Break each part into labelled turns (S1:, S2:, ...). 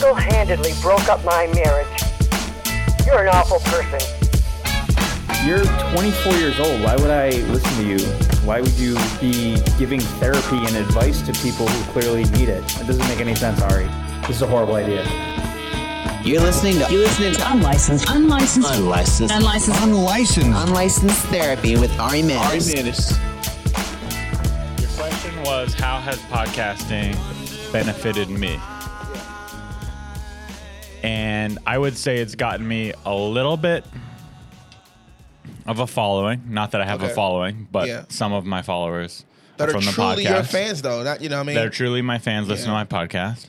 S1: repeatedly broke up my marriage. You're an awful person.
S2: You're 24 years old. Why would I listen to you? Why would you be giving therapy and advice to people who clearly need it? It doesn't make any sense, Ari. This is a horrible idea.
S3: You're listening to You're listening to
S4: Unlicensed. Unlicensed.
S3: Unlicensed
S4: Unlicensed.
S5: Unlicensed.
S3: Unlicensed Therapy with Ari Manis.
S6: Your question was how has podcasting benefited me? And I would say it's gotten me a little bit of a following. Not that I have
S5: Okay.
S6: a following, but
S5: Yeah.
S6: some of my followers
S5: That
S6: are
S5: are
S6: from the
S5: truly
S6: podcast.
S5: your fans, though. Not you know what I mean.
S6: They're truly my fans. Listen
S5: Yeah.
S6: to my podcast.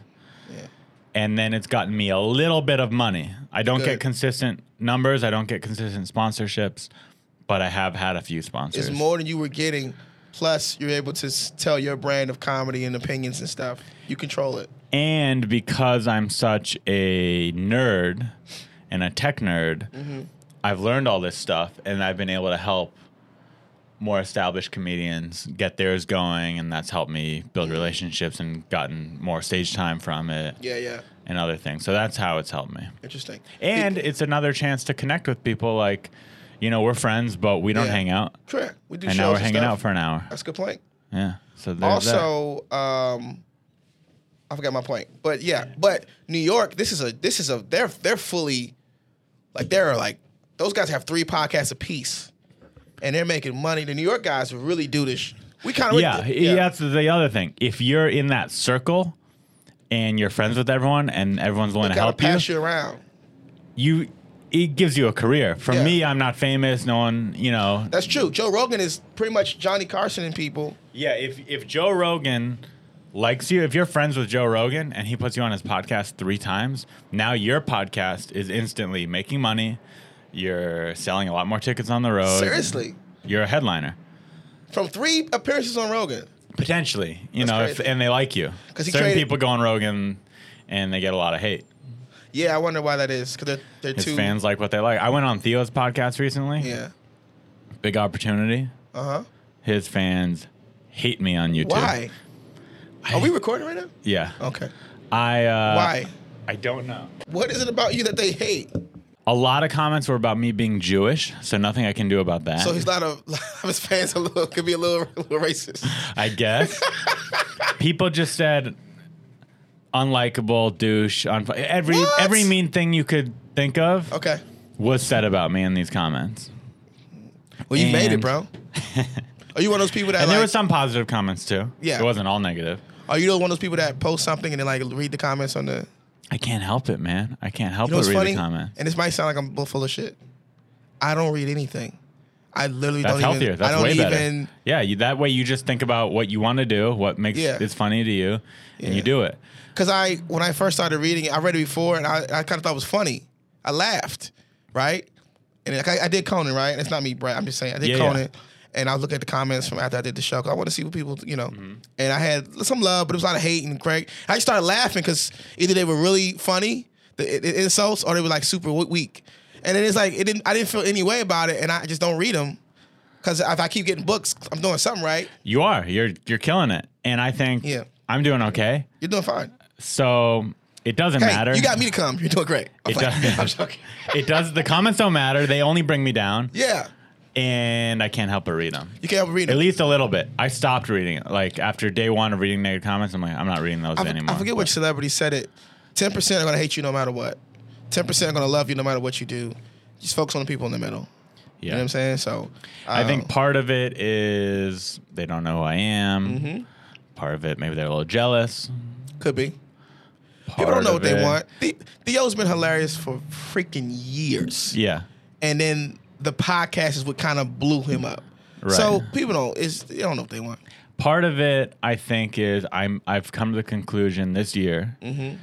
S5: Yeah.
S6: And then it's gotten me a little bit of money. I don't
S5: Good.
S6: get consistent numbers. I don't get consistent sponsorships, but I have had a few sponsors.
S5: It's more than you were getting. Plus, you're able to s- tell your brand of comedy and opinions and stuff. You control it.
S6: And because I'm such a nerd and a tech nerd,
S5: Mm-hmm.
S6: I've learned all this stuff and I've been able to help more established comedians get theirs going. And that's helped me build relationships and gotten more stage time from it
S5: Yeah, yeah.
S6: and other things. So that's how it's helped me.
S5: Interesting.
S6: And it's another chance to connect with people. Like, you know, we're friends, but we don't
S5: Yeah.
S6: hang out.
S5: correct. We do
S6: And
S5: shows
S6: now we're
S5: and
S6: hanging
S5: stuff.
S6: out for an hour.
S5: That's a good point.
S6: Yeah. So there's that.
S5: also um i forgot my point but yeah but new york this is a this is a they're they're fully like they're like those guys have three podcasts apiece and they're making money the new york guys really do this sh- we kind of
S6: yeah, that's the other thing. If you're in that circle and you're friends with everyone and everyone's willing
S5: gotta
S6: to help
S5: pass
S6: you,
S5: you, around
S6: you it gives you a career. For
S5: Yeah.
S6: me, I'm not famous. No one, you know.
S5: that's true joe rogan is pretty much johnny carson and people
S6: Yeah, if if Joe Rogan likes you, if you're friends with Joe Rogan and he puts you on his podcast three times, now your podcast is instantly making money. You're selling a lot more tickets on the road.
S5: seriously
S6: You're a headliner.
S5: from three appearances on rogan
S6: Potentially, you
S5: That's
S6: know, if,
S5: crazy.
S6: and they like you.
S5: 'Cause
S6: Because
S5: he
S6: certain
S5: traded-
S6: people go on Rogan, and they get a lot of hate.
S5: yeah i wonder why that is because they're, they're
S6: His
S5: too
S6: fans like what they like. I went on Theo's podcast recently.
S5: yeah
S6: Big opportunity.
S5: uh-huh
S6: His fans hate me on YouTube.
S5: why are we recording right now
S6: Yeah.
S5: okay
S6: I uh
S5: why
S6: I don't know.
S5: what is it about you that they hate
S6: A lot of comments were about me being Jewish, so nothing I can do about that.
S5: So he's not a lot of his fans a little could be a little, a little racist.
S6: I guess. People just said unlikable, douche, unf- every
S5: What?
S6: every mean thing you could think of
S5: Okay.
S6: was said about me in these comments.
S5: Well, you made it,
S6: And-
S5: bro. Are you one of those people that
S6: And
S5: like?
S6: there were some positive comments too.
S5: Yeah.
S6: It wasn't all negative.
S5: are you one of those people that post something and then like read the comments on the?
S6: I can't help it, man. I can't help
S5: You know
S6: but
S5: what's
S6: read
S5: funny?
S6: the comments.
S5: And this might sound like I'm bu- full of shit. I don't read anything. I literally
S6: That's
S5: don't
S6: healthier.
S5: even.
S6: That's
S5: I don't
S6: way
S5: even.
S6: better. Yeah, you, that way you just think about what you want to do, what makes
S5: Yeah.
S6: it's funny to you, and
S5: Yeah.
S6: you do it.
S5: Because I when I first started reading it, I read it before and I, I kind of thought it was funny. I laughed, right? And like, I, I did Conan, right? And it's not me, Brad. I'm just saying I did
S6: Yeah, yeah.
S5: Conan. And I was looking at the comments from after I did the show. 'cause I want to see what people, you know.
S6: Mm-hmm.
S5: And I had some love, but it was a lot of hate and Craig. I just started laughing because either they were really funny, the, the insults, or they were like super we- weak. And then it's like it didn't. I didn't feel any way about it, and I just don't read them because if I keep getting books, I'm doing something right.
S6: You are. You're you're killing it. And I think
S5: Yeah.
S6: I'm doing okay.
S5: You're doing fine.
S6: So it doesn't
S5: Hey,
S6: matter.
S5: you got me to come. You're doing great. I'm
S6: It
S5: like-
S6: does-
S5: I'm joking.
S6: It does. The comments don't matter. They only bring me down,
S5: Yeah.
S6: and I can't help but read them.
S5: You can't read
S6: At
S5: them.
S6: least a little bit. I stopped reading it. Like after day one of reading negative comments, I'm like, I'm not reading those
S5: I,
S6: anymore.
S5: I forget which celebrity said it. Ten percent are gonna hate you no matter what. Ten percent are gonna love you no matter what you do. Just focus on the people in the middle. You
S6: Yeah.
S5: know what I'm saying? So
S6: I
S5: um,
S6: think part of it is they don't know who I am.
S5: Mm-hmm.
S6: Part of it, maybe they're a little jealous.
S5: could be.
S6: Part
S5: People don't know
S6: of
S5: what they
S6: it-
S5: want. The- Theo's been hilarious for freaking years.
S6: Yeah.
S5: And then the podcast is what kind of blew him up.
S6: Right.
S5: So people don't is they don't know what they want.
S6: Part of it, I think, is I'm I've come to the conclusion this year
S5: Mm-hmm.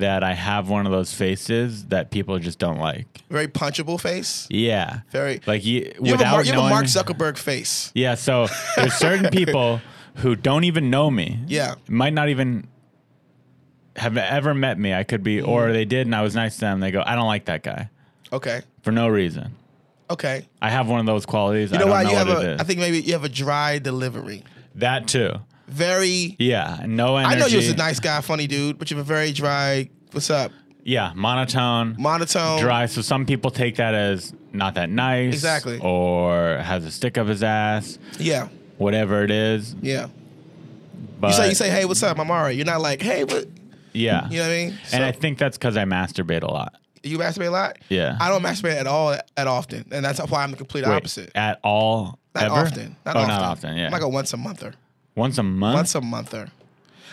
S6: that I have one of those faces that people just don't like.
S5: Very punchable face.
S6: Yeah.
S5: Very
S6: like you,
S5: You have, a
S6: without
S5: Mark, you have a
S6: knowing-
S5: Mark Zuckerberg face.
S6: Yeah, so there's certain people who don't even know me.
S5: Yeah.
S6: Might not even have ever met me. I could be
S5: Mm-hmm.
S6: or they did and I was nice to them. They go, "I don't like that guy."
S5: Okay.
S6: For no reason.
S5: Okay.
S6: I have one of those qualities.
S5: You know
S6: I
S5: why
S6: don't
S5: you
S6: know
S5: have
S6: what
S5: a?
S6: it is.
S5: I think maybe you have a dry delivery.
S6: that too.
S5: Very.
S6: Yeah, no energy.
S5: I know you was a nice guy, funny dude, but you have a very dry. What's up?
S6: yeah, monotone,
S5: monotone.
S6: dry. So some people take that as not that nice,
S5: Exactly.
S6: or has a stick up his ass,
S5: Yeah,
S6: whatever it is.
S5: yeah.
S6: But
S5: You say you say, hey, what's up? I'm alright. You're not like, hey, what?
S6: yeah,
S5: You know what I mean?
S6: and
S5: So-
S6: I think that's because I masturbate a lot.
S5: You masturbate a lot?
S6: Yeah.
S5: I don't masturbate at all that often, and that's why I'm the complete
S6: Wait,
S5: opposite.
S6: at all.
S5: Not
S6: ever?
S5: often. Not
S6: oh,
S5: often.
S6: not often. Yeah,
S5: I'm like a once a monther.
S6: once a month.
S5: Once a monther.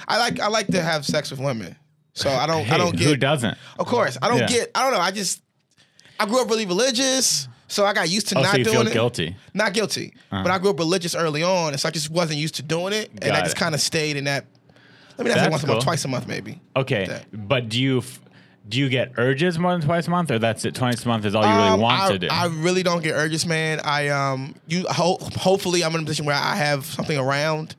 S5: I like I like to have sex with women, so I don't
S6: Hey,
S5: I don't get.
S6: who doesn't.
S5: Of course, I don't
S6: Yeah.
S5: get. I don't know. I just I grew up really religious, so I got used to
S6: Oh,
S5: not
S6: so you
S5: doing
S6: feel
S5: it.
S6: guilty. Uh-huh.
S5: Not guilty, but I grew up religious early on, and so I just wasn't used to doing it, and I
S6: Got
S5: just
S6: it.
S5: kind of stayed in that. Let me not say
S6: That's
S5: once a month,
S6: cool. Oh,
S5: twice a month, maybe.
S6: Okay,
S5: That.
S6: but do you f- do you get urges more than twice a month, or that's it? Twice a month is all you
S5: Um,
S6: really want
S5: I,
S6: to do.
S5: I really don't get urges, man. I um, you ho- hopefully I'm in a position where I have something around,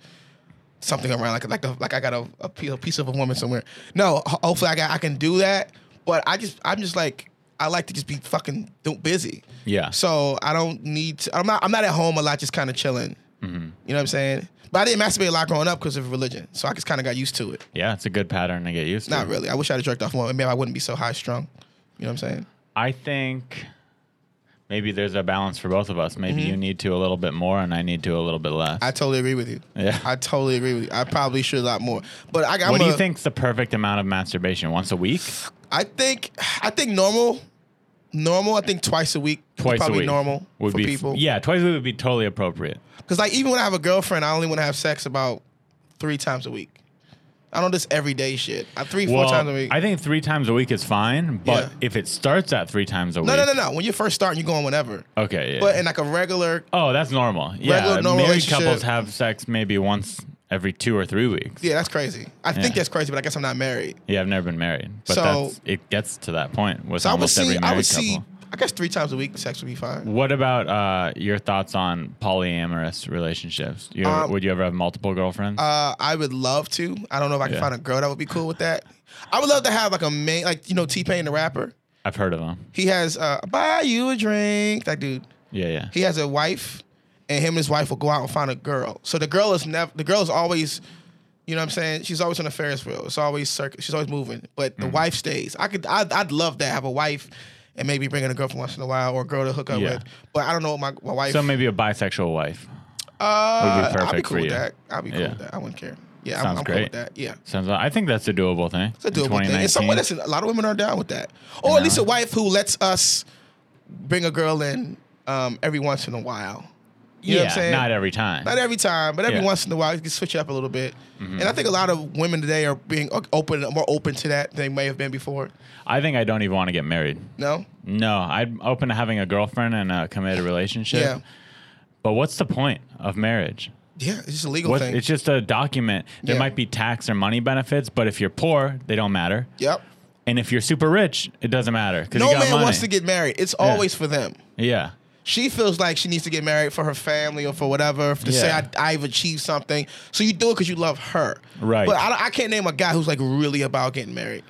S5: something around like like a, like I got a, a piece, a piece of a woman somewhere. No, ho- hopefully I got I can do that, but I just I'm just like I like to just be fucking do busy.
S6: Yeah.
S5: So I don't need to. I'm not I'm not at home a lot, just kind of chilling.
S6: Mm-hmm.
S5: You know what I'm saying? But I didn't masturbate a lot growing up because of religion, so I just kind of got used to it.
S6: yeah, it's a good pattern to get used to.
S5: Not really. I wish I'd have jerked off more. Maybe I wouldn't be so high strung. You know what I'm saying?
S6: I think maybe there's a balance for both of us. Maybe you need to a little bit more, and I need to a little bit less.
S5: Mm-hmm. I totally agree with you.
S6: Yeah.
S5: I totally agree with you. I probably should a lot more. But I, I'm
S6: what do you
S5: a-
S6: think's the perfect amount of masturbation? Once a week?
S5: I think I think normal, normal. I think twice a week. is
S6: Twice
S5: probably
S6: a week?
S5: normal
S6: would
S5: for
S6: be,
S5: people.
S6: Yeah, twice a week would be totally appropriate.
S5: Because like even when I have a girlfriend, I only want to have sex about three times a week. I don't just everyday shit. I three four
S6: well,
S5: times a week.
S6: I think three times a week is fine, but
S5: Yeah.
S6: if it starts at three times a
S5: no
S6: week.
S5: no no no. When you're first starting, you're going whenever.
S6: Okay, yeah.
S5: But in like a regular,
S6: oh, that's normal. Yeah,
S5: Regular, normal
S6: married
S5: relationship.
S6: couples have sex maybe once every two or three weeks.
S5: yeah, that's crazy. I think
S6: Yeah.
S5: that's crazy, but I guess I'm not married.
S6: Yeah, I've never been married, but
S5: So-
S6: that's, it gets to that point with
S5: So I would
S6: almost
S5: see.
S6: every married
S5: I would
S6: couple.
S5: see. I guess three times a week, sex would be fine.
S6: What about uh, your thoughts on polyamorous relationships? You ever-
S5: Um,
S6: would you ever have multiple girlfriends?
S5: Uh, I would love to. I don't know if I can
S6: Yeah.
S5: find a girl that would be cool with that. I would love to have like a main, like you know, T Pain the rapper.
S6: I've heard of them.
S5: He has uh, buy you a drink. That dude.
S6: Yeah, yeah.
S5: He has a wife, and him and his wife will go out and find a girl. So the girl is never. The girl is always, you know, what I'm saying she's always on the Ferris wheel. It's always circuit. She's always moving, but
S6: Mm-hmm.
S5: the wife stays. I could. I'd, I'd love to have a wife, and maybe bring in a girl from once in a while or a girl to hook up
S6: Yeah.
S5: with. But I don't know what my my wife.
S6: so maybe a bisexual wife.
S5: uh,
S6: would be
S5: I'd be
S6: perfect
S5: cool
S6: for
S5: with
S6: you.
S5: that. I'd be cool
S6: Yeah.
S5: with that. I wouldn't care. Yeah, I'm,
S6: Sounds
S5: I'm cool
S6: great.
S5: with that. Yeah.
S6: Sounds. Like, I think that's a doable thing.
S5: It's a doable thing. And someone, listen, a lot of women are down with that, or at
S6: know?
S5: least a wife who lets us bring a girl in um, every once in a while. You know what I'm
S6: yeah,
S5: saying?
S6: not every time.
S5: Not every time, but every
S6: Yeah. Mm-hmm.
S5: once in a while, you can switch it up a little bit. And I think a lot of women today are being o- open, more open to that than they may have been before.
S6: I think I don't even want to get married.
S5: No,
S6: No, I'm open to having a girlfriend and a committed relationship.
S5: Yeah.
S6: But what's the point of marriage?
S5: yeah, it's just a legal
S6: What,
S5: thing.
S6: it's just a document. There
S5: Yeah.
S6: might be tax or money benefits, but if you're poor, they don't matter.
S5: yep.
S6: And if you're super rich, it doesn't matter. 'cause
S5: No
S6: you got
S5: man
S6: money.
S5: wants to get married. It's always for them.
S6: Yeah.
S5: She feels like she needs to get married for her family or for whatever to say
S6: Yeah.
S5: I, I've achieved something. So you do it because you love her,
S6: Right.
S5: But I, don't- I can't name a guy who's like really about getting married.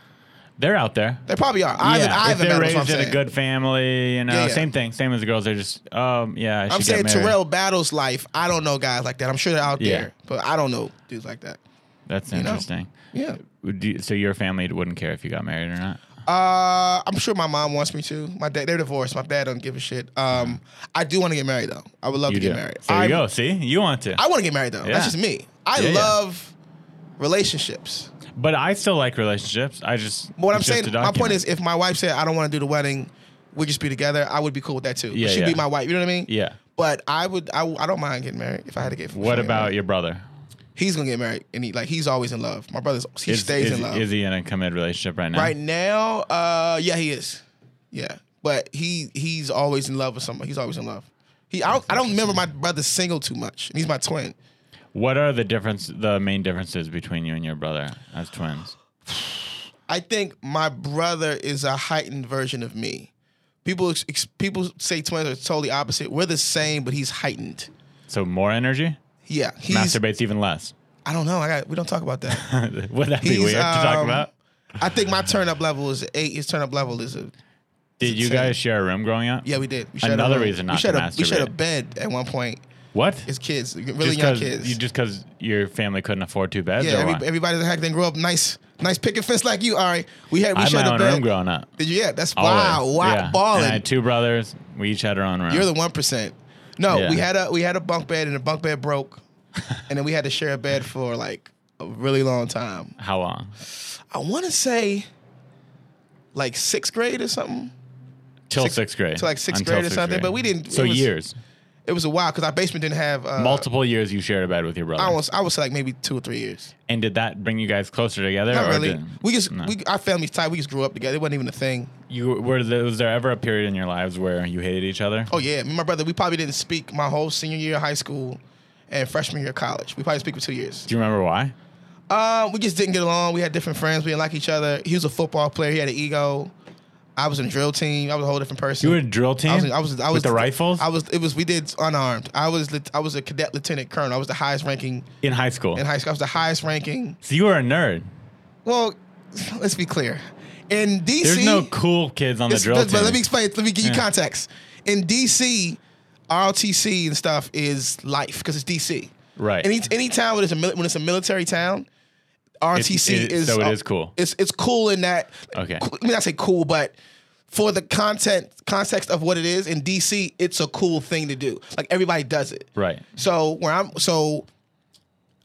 S6: They're out there.
S5: They probably are. I haven't,
S6: yeah,
S5: I
S6: if
S5: haven't
S6: they're
S5: met them,
S6: raised
S5: so I'm
S6: in
S5: saying.
S6: a good family, you know,
S5: Yeah, yeah.
S6: same thing, same as the girls. They're just, um, yeah. I
S5: I'm
S6: should get
S5: saying
S6: married.
S5: Terrell battles life. I don't know guys like that. I'm sure they're out
S6: Yeah.
S5: there, but I don't know dudes like that.
S6: That's
S5: know.
S6: interesting.
S5: Yeah.
S6: Would you, so your family wouldn't care if you got married or not.
S5: Uh, I'm sure my mom wants me to. My dad, they're divorced. My dad don't give a shit. Um, I do want to get married though. I would love
S6: You
S5: to
S6: do.
S5: get married.
S6: There
S5: I,
S6: you go. See, you want to.
S5: I want to get married though.
S6: Yeah.
S5: That's just me. I
S6: Yeah, yeah.
S5: love relationships.
S6: but I still like relationships. I just.
S5: But what I'm
S6: it's just
S5: saying,
S6: a
S5: my point
S6: document.
S5: is, if my wife said I don't want to do the wedding, we just be together. I would be cool with that too.
S6: Yeah,
S5: Yeah, she'd
S6: yeah.
S5: be my wife. You know what I mean?
S6: Yeah.
S5: But I would. I, I don't mind getting married if I had to get. if I
S6: What
S5: get
S6: about
S5: married.
S6: your brother?
S5: He's gonna get married, and he like he's always in love. My brother's he
S6: Is-
S5: stays
S6: is,
S5: in love.
S6: Is he in a committed relationship right now?
S5: Right now, uh, yeah, he is. Yeah, but he he's always in love with someone. He's always in love. He I don't, I don't remember my brother single too much, and he's my twin.
S6: What are the difference? The main differences between you and your brother as twins?
S5: I think my brother is a heightened version of me. People ex- ex- people say twins are totally opposite. We're the same, but he's heightened.
S6: So more energy,
S5: Yeah, he's.
S6: masturbates even less.
S5: I don't know. I got. We don't talk about that.
S6: Would that be
S5: He's,
S6: weird to talk
S5: um,
S6: about?
S5: I think my turn up level is eight. His turn up level is a.
S6: Did you
S5: ten.
S6: guys share a room growing up?
S5: Yeah, we did. We
S6: Another
S5: room.
S6: reason not
S5: we shared
S6: to
S5: a, We shared a
S6: masturbate.
S5: bed at one point.
S6: What?
S5: It's kids, really
S6: Just
S5: young
S6: 'cause-
S5: kids.
S6: You, just because your family couldn't afford two beds? or
S5: yeah, every,
S6: what?
S5: everybody that hack didn't grow up nice, nice picket fence like you. All right, we had we
S6: I had
S5: shared
S6: my
S5: a
S6: own
S5: bed.
S6: room growing up.
S5: Did you? Yeah, that's wow,
S6: Always.
S5: wow,
S6: Yeah. And I
S5: balling.
S6: had two brothers. We each had our own room.
S5: You're the one percent. No,
S6: Yeah.
S5: we had a we had a bunk bed and the bunk bed broke, and then we had to share a bed for like a really long time.
S6: How long?
S5: I want to say, like sixth grade or something.
S6: Till
S5: Six-
S6: sixth grade.
S5: till, like, sixth
S6: Until
S5: grade or something, but we didn't-
S6: So
S5: it was-
S6: years,
S5: It was a while because our basement didn't have uh,
S6: multiple years, you shared a bed with your brother.
S5: I was I was like maybe two or three years.
S6: and did that bring you guys closer together?
S5: Not
S6: or
S5: really.
S6: did-
S5: We just
S6: No.
S5: we our families tight. We just grew up together. It wasn't even a thing.
S6: you were there, was there ever a period in your lives where you hated each other?
S5: Oh yeah, me and my brother. We probably didn't speak my whole senior year of high school and freshman year of college. We probably speak for two years.
S6: Do you remember why?
S5: Uh, we just didn't get along. We had different friends. We didn't like each other. He was a football player. He had an ego. I was in a drill team. I was a whole different person.
S6: You were a drill team.
S5: I was. I was. I was
S6: with the rifles
S5: I was. It was. We did unarmed. I was. lit- I was a cadet lieutenant colonel. I was the highest ranking
S6: in high school.
S5: in high school. I was the highest ranking.
S6: so you were a nerd.
S5: Well, let's be clear. In DC,
S6: There's no cool kids on the
S5: It's-
S6: drill
S5: but,
S6: team.
S5: but let me explain. Let me give you
S6: Yeah.
S5: context. In DC, ROTC and stuff is life because it's DC.
S6: Right.
S5: Any any town when it's a mil- when it's a military town, ROTC
S6: It's- it-
S5: is
S6: so it is cool.
S5: It's it's cool in that.
S6: Okay.
S5: Cool, I mean, I say cool, but for the content context of what it is in DC, it's a cool thing to do. Like everybody does it.
S6: Right.
S5: So where I'm so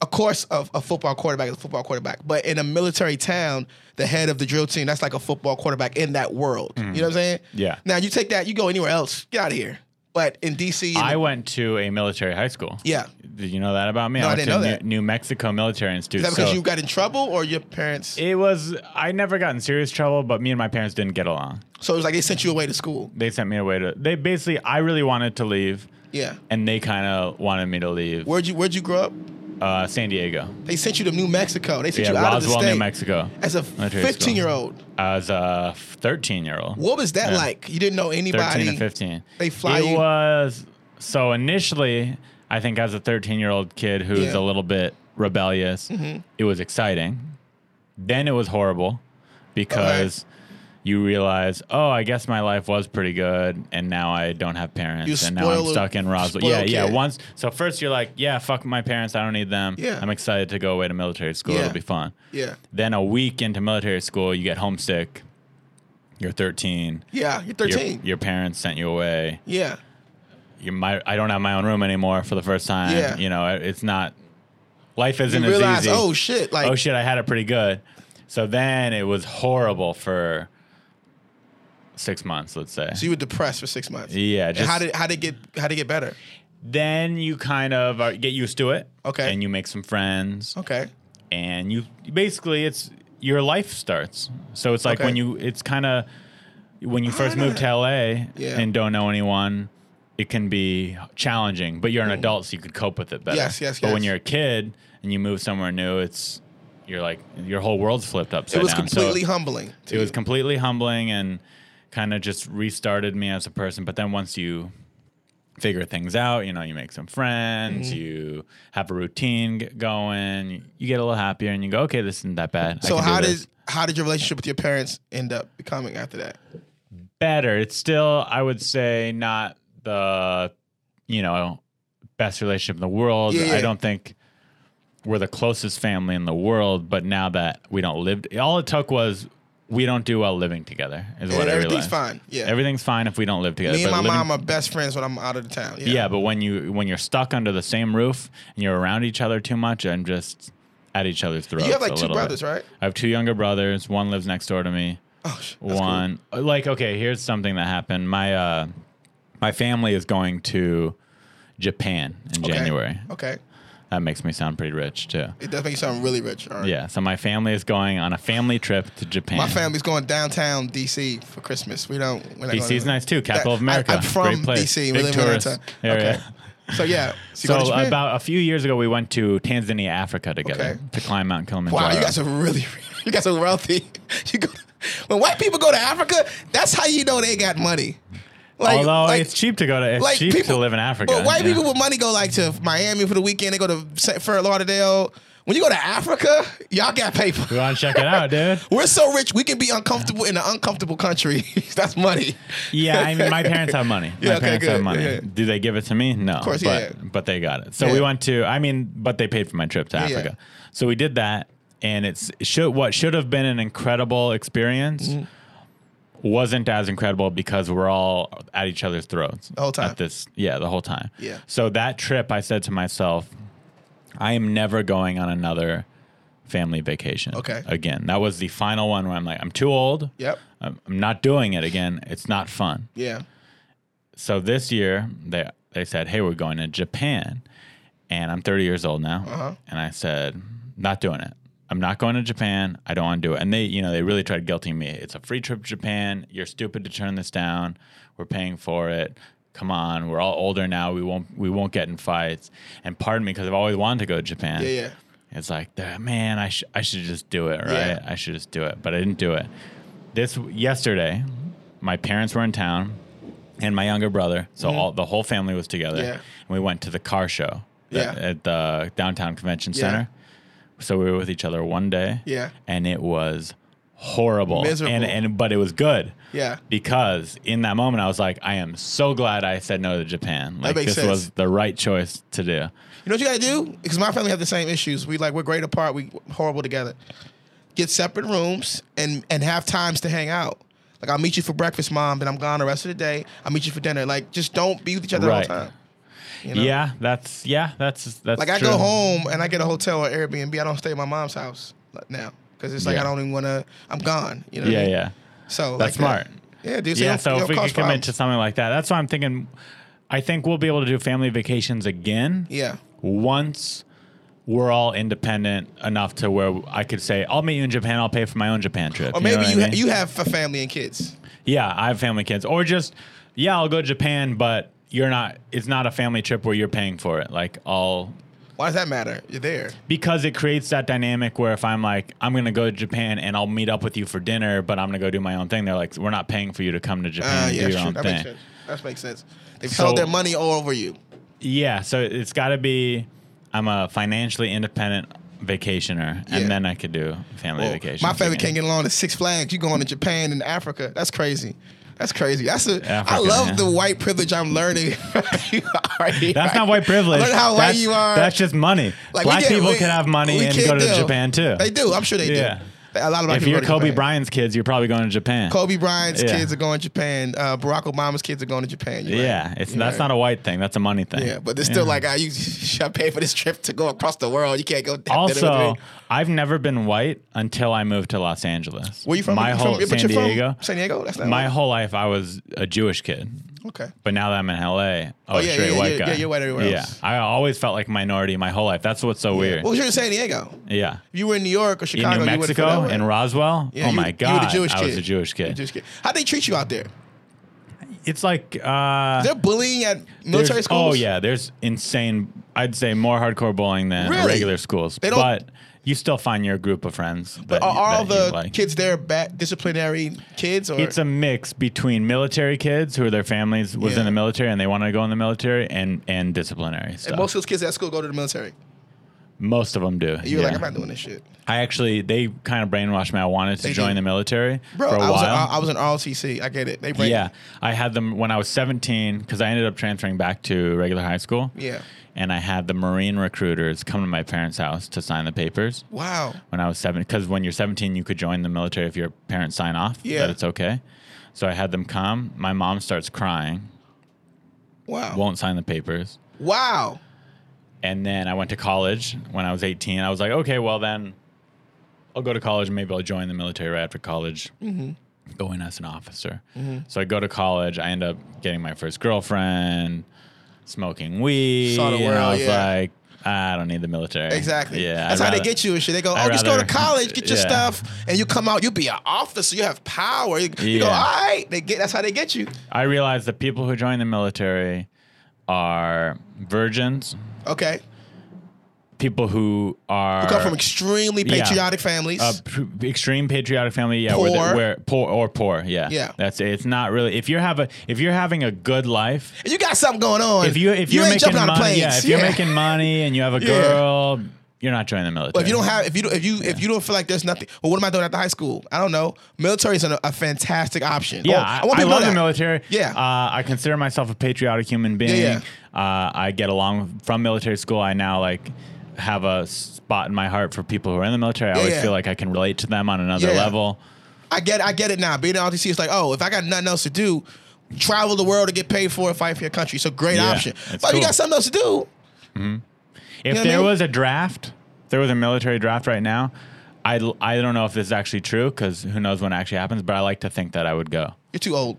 S5: of course a, a football quarterback is a football quarterback, but in a military town, the head of the drill team, that's like a football quarterback in that world. You know what I'm saying?
S6: Mm-hmm. Yeah.
S5: Now you take that, you go anywhere else, get out of here. But in DC
S6: I went to a military high school.
S5: Yeah.
S6: Did you know that about me?
S5: No, I
S6: went
S5: didn't
S6: to
S5: know
S6: New,
S5: that.
S6: New Mexico Military Institute.
S5: is that because
S6: so
S5: you got in trouble or your parents
S6: it was I never got in serious trouble, but me and my parents didn't get along.
S5: so it was like they sent you away to school.
S6: They sent me away to they basically I really wanted to leave
S5: Yeah.
S6: and they kind of wanted me to leave
S5: Where'd you where'd you grow up?
S6: uh, San Diego.
S5: They sent you to New Mexico. They sent
S6: Yeah,
S5: you out of
S6: Roswell,
S5: the state.
S6: New Mexico.
S5: As a
S6: Military school.
S5: 15 year old,
S6: As a 13 year old.
S5: what was that
S6: Yeah.
S5: like? You didn't know
S6: 13
S5: anybody.
S6: and 15.
S5: They fly
S6: It
S5: you-
S6: was so initially, I think as a 13 year old kid who's
S5: Yeah. Mm-hmm.
S6: a little bit rebellious, it was exciting. Then it was horrible because you realize, oh, I guess my life was pretty good, and now I don't have parents,
S5: You
S6: and now I'm
S5: spoiled-
S6: stuck in Roswell.
S5: spoiled
S6: Yeah, yeah.
S5: kid.
S6: Once, so first you're like, yeah, fuck my parents, I don't need them.
S5: Yeah.
S6: I'm excited to go away to military school.
S5: Yeah.
S6: It'll be fun.
S5: Yeah.
S6: Then a week into military school, you get homesick. You're 13.
S5: Yeah, you're
S6: Your-
S5: 13.
S6: Your, parents sent you away.
S5: yeah.
S6: You my I don't have my own room anymore for the first time.
S5: Yeah.
S6: You know, it- it's not life isn't
S5: You realize,
S6: as easy.
S5: oh shit, like
S6: oh shit, I had it pretty good. So then it was horrible for six months, let's say.
S5: So you were depressed for six months.
S6: Yeah,
S5: And
S6: just-
S5: how did how did get how did get better?
S6: then you kind of are, get used to it.
S5: Okay.
S6: And you make some friends.
S5: Okay.
S6: and you basically it's your life starts. So it's like
S5: Okay.
S6: when you it's kind of when you first move to LA
S5: Yeah.
S6: and don't know anyone, it can be challenging. But you're an adult, so you could cope with it better.
S5: Mm-hmm. Yes, yes,
S6: But when
S5: yes.
S6: you're a kid and you move somewhere new, it's you're like your whole world's flipped upside
S5: It was
S6: down. So
S5: completely humbling. to
S6: it was
S5: you.
S6: completely humbling and kind of just restarted me as a person. But then once you figure things out, you know, you make some friends,
S5: Mm-hmm.
S6: you have a routine g- going, you get a little happier, and you go, okay, this isn't that bad. I
S5: so
S6: can do
S5: how
S6: this."
S5: did how did your relationship with your parents end up becoming after that?
S6: better? It's still, I would say, not the you know best relationship in the world.
S5: Yeah, yeah.
S6: I don't think. We're the closest family in the world, but now that we don't live, all it took was we don't do well living together. Is what
S5: And
S6: I
S5: everything's
S6: realized.
S5: fine. Yeah.
S6: Everything's fine if we don't live together.
S5: Me and
S6: but
S5: my
S6: living-
S5: mom are best friends when I'm out of the town. Yeah.
S6: Yeah. but when you when you're stuck under the same roof and you're around each other too much and just at each other's throats.
S5: You have
S6: a
S5: like two
S6: little
S5: brothers,
S6: bit.
S5: right?
S6: I have two younger brothers. One lives next door to me.
S5: Oh, sh- that's cool.
S6: One like okay, here's something that happened. My uh my family is going to Japan in
S5: Okay.
S6: January.
S5: Okay.
S6: That makes me sound pretty rich too.
S5: It does make you sound really rich. All right.
S6: Yeah, so my family is going on a family trip to Japan.
S5: My family's going downtown DC for Christmas. We don't. We're not
S6: DC's
S5: going
S6: nice too, capital
S5: I-
S6: of America.
S5: I, am from
S6: Great place.
S5: DC. We
S6: Big
S5: live in
S6: tourist
S5: Atlanta.
S6: area.
S5: Okay. So yeah. So, you go to
S6: So uh,
S5: Japan?
S6: about a few years ago, we went to Tanzania, Africa together
S5: Okay.
S6: to climb Mount Kilimanjaro.
S5: Wow, you guys are really, you guys are wealthy. You go, when white people go to Africa, that's how you know they got money. Like,
S6: Although
S5: like-
S6: it's cheap to go to, it's
S5: like
S6: cheap to live in Africa.
S5: But white
S6: yeah.
S5: people with money go like to Miami for the weekend. They go to Sa- Fort Lauderdale. When you go to Africa, y'all got paper.
S4: We want to check it out, dude.
S5: We're so rich, we can be uncomfortable in an uncomfortable country. That's money.
S6: Yeah, I mean, my parents have money.
S5: Yeah,
S6: my
S5: okay,
S6: parents
S5: good.
S6: have money.
S5: Yeah, yeah.
S6: Do they give it to me? No. Of
S5: course, yeah,
S6: but,
S5: yeah.
S6: But they got it. So
S5: Yeah.
S6: we went to. I mean, but they paid for my trip to
S5: yeah.
S6: Africa. So we did that, and it's should what should have been an incredible experience
S5: Mm-hmm.
S6: wasn't as incredible because we're all at each other's throats
S5: The whole time.
S6: At this, yeah, the whole time.
S5: Yeah.
S6: So that trip, I said to myself, I am never going on another family vacation.
S5: Okay.
S6: Again, that was the final one where I'm like, I'm too old.
S5: Yep.
S6: I'm, I'm not doing it again. It's not fun.
S5: Yeah.
S6: So this year they they said, "Hey, we're going to Japan," and I'm 30 years old now,
S5: Uh-huh.
S6: and I said, "Not doing it. I'm not going to Japan. I don't want to do it." And they, you know, they really tried guilting me. It's a free trip to Japan. You're stupid to turn this down. We're paying for it. Come on, we're all older now. We won't we won't get in fights. And pardon me, because I've always wanted to go to Japan.
S5: Yeah. Yeah.
S6: It's like, "Dah, man, I, sh- I should just do it, right?
S5: Yeah.
S6: I should just do it. But I didn't do it. This yesterday, my parents were in town and my younger brother. So all the whole family was together.
S5: Mm-hmm. Yeah.
S6: And we went to the car show
S5: Yeah.
S6: at, at the downtown convention
S5: Yeah.
S6: center. So we were with each other one day.
S5: Yeah.
S6: And it was horrible.
S5: Miserable.
S6: And, and but it was good.
S5: Yeah.
S6: Because in that moment I was like, I am so glad I said no to Japan. Like
S5: makes
S6: this was
S5: sense.
S6: the right choice to do.
S5: You know what you gotta do? Because my family have the same issues. We like we're great apart. We horrible together. Get separate rooms and and have times to hang out. Like I'll meet you for breakfast, mom. Then I'm gone the rest of the day. I'll meet you for dinner. Like just don't be with each other
S6: Right.
S5: the whole time. You know?
S6: Yeah, that's yeah, that's that's
S5: Like I
S6: true.
S5: go home and I get a hotel or Airbnb. I don't stay at my mom's house like, now because it's like
S6: Yeah.
S5: I don't even wanna. I'm gone. You know. what I
S6: Yeah,
S5: mean?
S6: yeah.
S5: So
S6: That's
S5: like,
S6: smart.
S5: Yeah, dude. So
S6: yeah,
S5: you don't-
S6: so
S5: you
S6: if
S5: don't
S6: we
S5: cause
S6: could commit
S5: problems.
S6: to something like that, that's why I'm thinking. I think we'll be able to do family vacations again
S5: yeah,
S6: once we're all independent enough to where I could say, "I'll meet you in Japan. I'll pay for my own Japan trip."
S5: or
S6: know
S5: maybe
S6: what I
S5: you ha-
S6: mean?
S5: you have a family and kids.
S6: yeah, I have family kids, or just yeah, I'll go to Japan, but you're not. It's not a family trip where you're paying for it. Like I'll
S5: Why does that matter? You're there.
S6: because it creates that dynamic where if I'm like, I'm gonna go to Japan and I'll meet up with you for dinner, but I'm gonna go do my own thing. They're like, we're not paying for you to come to Japan
S5: Uh,
S6: and
S5: yeah,
S6: do your
S5: sure.
S6: own
S5: that
S6: thing.
S5: makes sense. That makes sense. They've
S6: So-
S5: held their money all over you.
S6: Yeah, so it's got to be I'm a financially independent vacationer,
S5: Yeah.
S6: and then I could do family
S5: Well,
S6: vacation.
S5: my family can't get along to Six Flags. You going to Japan and Africa? That's crazy. That's crazy. That's a. I
S6: Africa,
S5: love
S6: yeah.
S5: the white privilege I'm learning. You already
S6: That's
S5: right.
S6: not white privilege.
S5: I learned how white
S6: that's,
S5: you are.
S6: That's just money.
S5: Like, we
S6: Black
S5: get-
S6: people
S5: we-
S6: can have money
S5: we
S6: and
S5: can't
S6: go to
S5: deal.
S6: Japan too.
S5: They do. I'm sure they
S6: Yeah.
S5: do. A lot of black
S6: if
S5: people
S6: you're
S5: go to
S6: Kobe
S5: Japan.
S6: Bryant's kids, you're probably going to Japan.
S5: Kobe Bryant's
S6: Yeah.
S5: kids are going to Japan. Uh, Barack Obama's kids are going to Japan. You're right.
S6: Yeah, it's
S5: You're
S6: that's
S5: right.
S6: not a white thing. That's a money thing.
S5: Yeah, but it's still like I you should pay for this trip to go across the world. You can't go. have dinner with
S6: Also,
S5: me.
S6: I've never been white until I moved to Los Angeles.
S5: where you from?
S6: My
S5: You
S6: whole
S5: from, but
S6: San
S5: you're from
S6: Diego.
S5: San Diego. That's not
S6: My whole life, I was a Jewish kid.
S5: okay.
S6: But now that I'm in LA, oh,
S5: yeah,
S6: straight
S5: yeah,
S6: white
S5: yeah,
S6: guy.
S5: yeah, you're white everywhere
S6: Yeah,
S5: else.
S6: I always felt like a minority my whole life. That's what's so weird.
S5: Well, you're in San Diego.
S6: yeah.
S5: If you were in New York or
S6: In
S5: Chicago,
S6: New
S5: you would have felt
S6: Mexico,
S5: that way.
S6: in Roswell,
S5: Yeah,
S6: oh
S5: you-
S6: my
S5: you were the
S6: God,
S5: Jewish
S6: I was
S5: kid.
S6: a Jewish
S5: You
S6: kid.
S5: Jewish kid. How they treat you out there?
S6: It's like uh,
S5: They're bullying at
S6: there's-
S5: military
S6: Oh
S5: schools.
S6: yeah, there's insane. I'd say more hardcore bullying than
S5: Really?
S6: regular schools.
S5: They don't-
S6: but you still find your group of friends. That,
S5: Are all
S6: that you
S5: the
S6: like.
S5: kids there bad disciplinary kids or
S6: It's a mix between military kids who are their families was
S5: Yeah.
S6: in the military and they want to go in the military and and disciplinary stuff.
S5: and most of those kids at school go to the military.
S6: Most of them do.
S5: And You're
S6: yeah.
S5: like, I'm not doing this shit.
S6: I actually they kind of brainwashed me. I wanted to
S5: They
S6: join
S5: did.
S6: the military
S5: Bro,
S6: for a
S5: I was, an,
S6: while.
S5: I was an ROTC. I get it. They bring
S6: yeah, I had them when I was 17 because I ended up transferring back to regular high school.
S5: Yeah.
S6: and I had the Marine recruiters come to my parents' house to sign the papers
S5: Wow.
S6: when I was seven. Because when you're 17, you could join the military if your parents sign off
S5: Yeah.
S6: that it's okay. So I had them come. My mom starts crying,
S5: Wow.
S6: won't sign the papers.
S5: Wow.
S6: And then I went to college when I was 18. I was like, okay, well then I'll go to college and maybe I'll join the military right after college,
S5: Mm-hmm.
S6: go in as an officer. So I go to college. I end up getting my first girlfriend, smoking weed.
S5: Saw the
S6: and I
S5: world,
S6: was
S5: yeah.
S6: like, "Ah, I don't need the military.
S5: Exactly.
S6: Yeah.
S5: That's
S6: I'd
S5: how they
S6: rather-
S5: get you and shit. They go, oh,
S6: I'd
S5: just go to
S6: rather-
S5: college, get your
S6: Yeah.
S5: stuff, and you come out, you be an officer, you have power. You, you go, all
S6: Yeah.
S5: right. They get. That's how they get you.
S6: I realized the people who join the military are virgins,
S5: Okay.
S6: people who are
S5: Who come from extremely
S6: Yeah.
S5: patriotic families.
S6: Uh, p- extreme patriotic family, yeah, where the-
S5: Poor.
S6: where poor or poor, yeah,
S5: Yeah.
S6: That's it. It's not really if you're have a if you're having a good life.
S5: If you got something going on,
S6: If you if
S5: you
S6: you're
S5: ain't
S6: making
S5: jumping out
S6: money,
S5: of planes.
S6: yeah, if you're making money and you have a
S5: Yeah.
S6: girl,
S7: You're not joining the military.
S5: But if you don't have, if you don't, if you if you don't feel like there's nothing, well, what am I doing after high school? I don't know. Military is a, a fantastic option.
S7: Yeah,
S5: Oh,
S7: I, I
S5: want people to
S7: love
S5: know
S7: the
S5: that.
S7: military.
S5: Yeah.
S7: uh, I consider myself a patriotic human being.
S5: yeah.
S7: Uh, I get along from military school. I now like have a spot in my heart for people who are in the military. I
S5: Yeah,
S7: always
S5: yeah.
S7: feel like I can relate to them on another
S5: Yeah.
S7: level.
S5: I get, I get it now. Being in RTC is like, oh, if I got nothing else to do, travel the world to get paid for and fight for your country. It's a great
S7: Yeah,
S5: option. But
S7: it's
S5: if you
S7: cool.
S5: got something else to do,
S7: If
S5: know what I
S7: there
S5: mean?
S7: was a draft, if there was a military draft right now. I, I don't know if this is actually true because who knows when it actually happens, but I like to think that I would go.
S5: you're too old.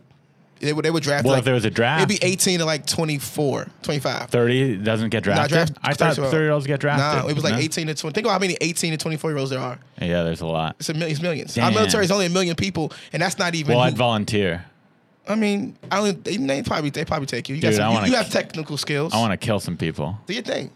S5: They would, they would draft.
S7: Well,
S5: like,
S7: if there was a draft,
S5: it'd be 18 to like 24, 25.
S7: 30 doesn't get drafted.
S5: draft-
S7: I thought
S5: 30 -year-old.
S7: 30 year olds get drafted.
S5: No, it was like
S7: No?
S5: 18 to 20. Think about how many 18 to 24 year olds there are.
S7: Yeah, there's a lot.
S5: It's, a, mil- it's millions. Our
S7: Damn.
S5: military is only a million people, and that's not even.
S7: Well,
S5: who-
S7: I'd volunteer.
S5: I mean, I don't. They, they probably they probably take you. You, got
S7: Dude,
S5: some-
S7: I
S5: you-
S7: wanna-
S5: you have technical skills.
S7: I want to kill some people.
S5: do your thing.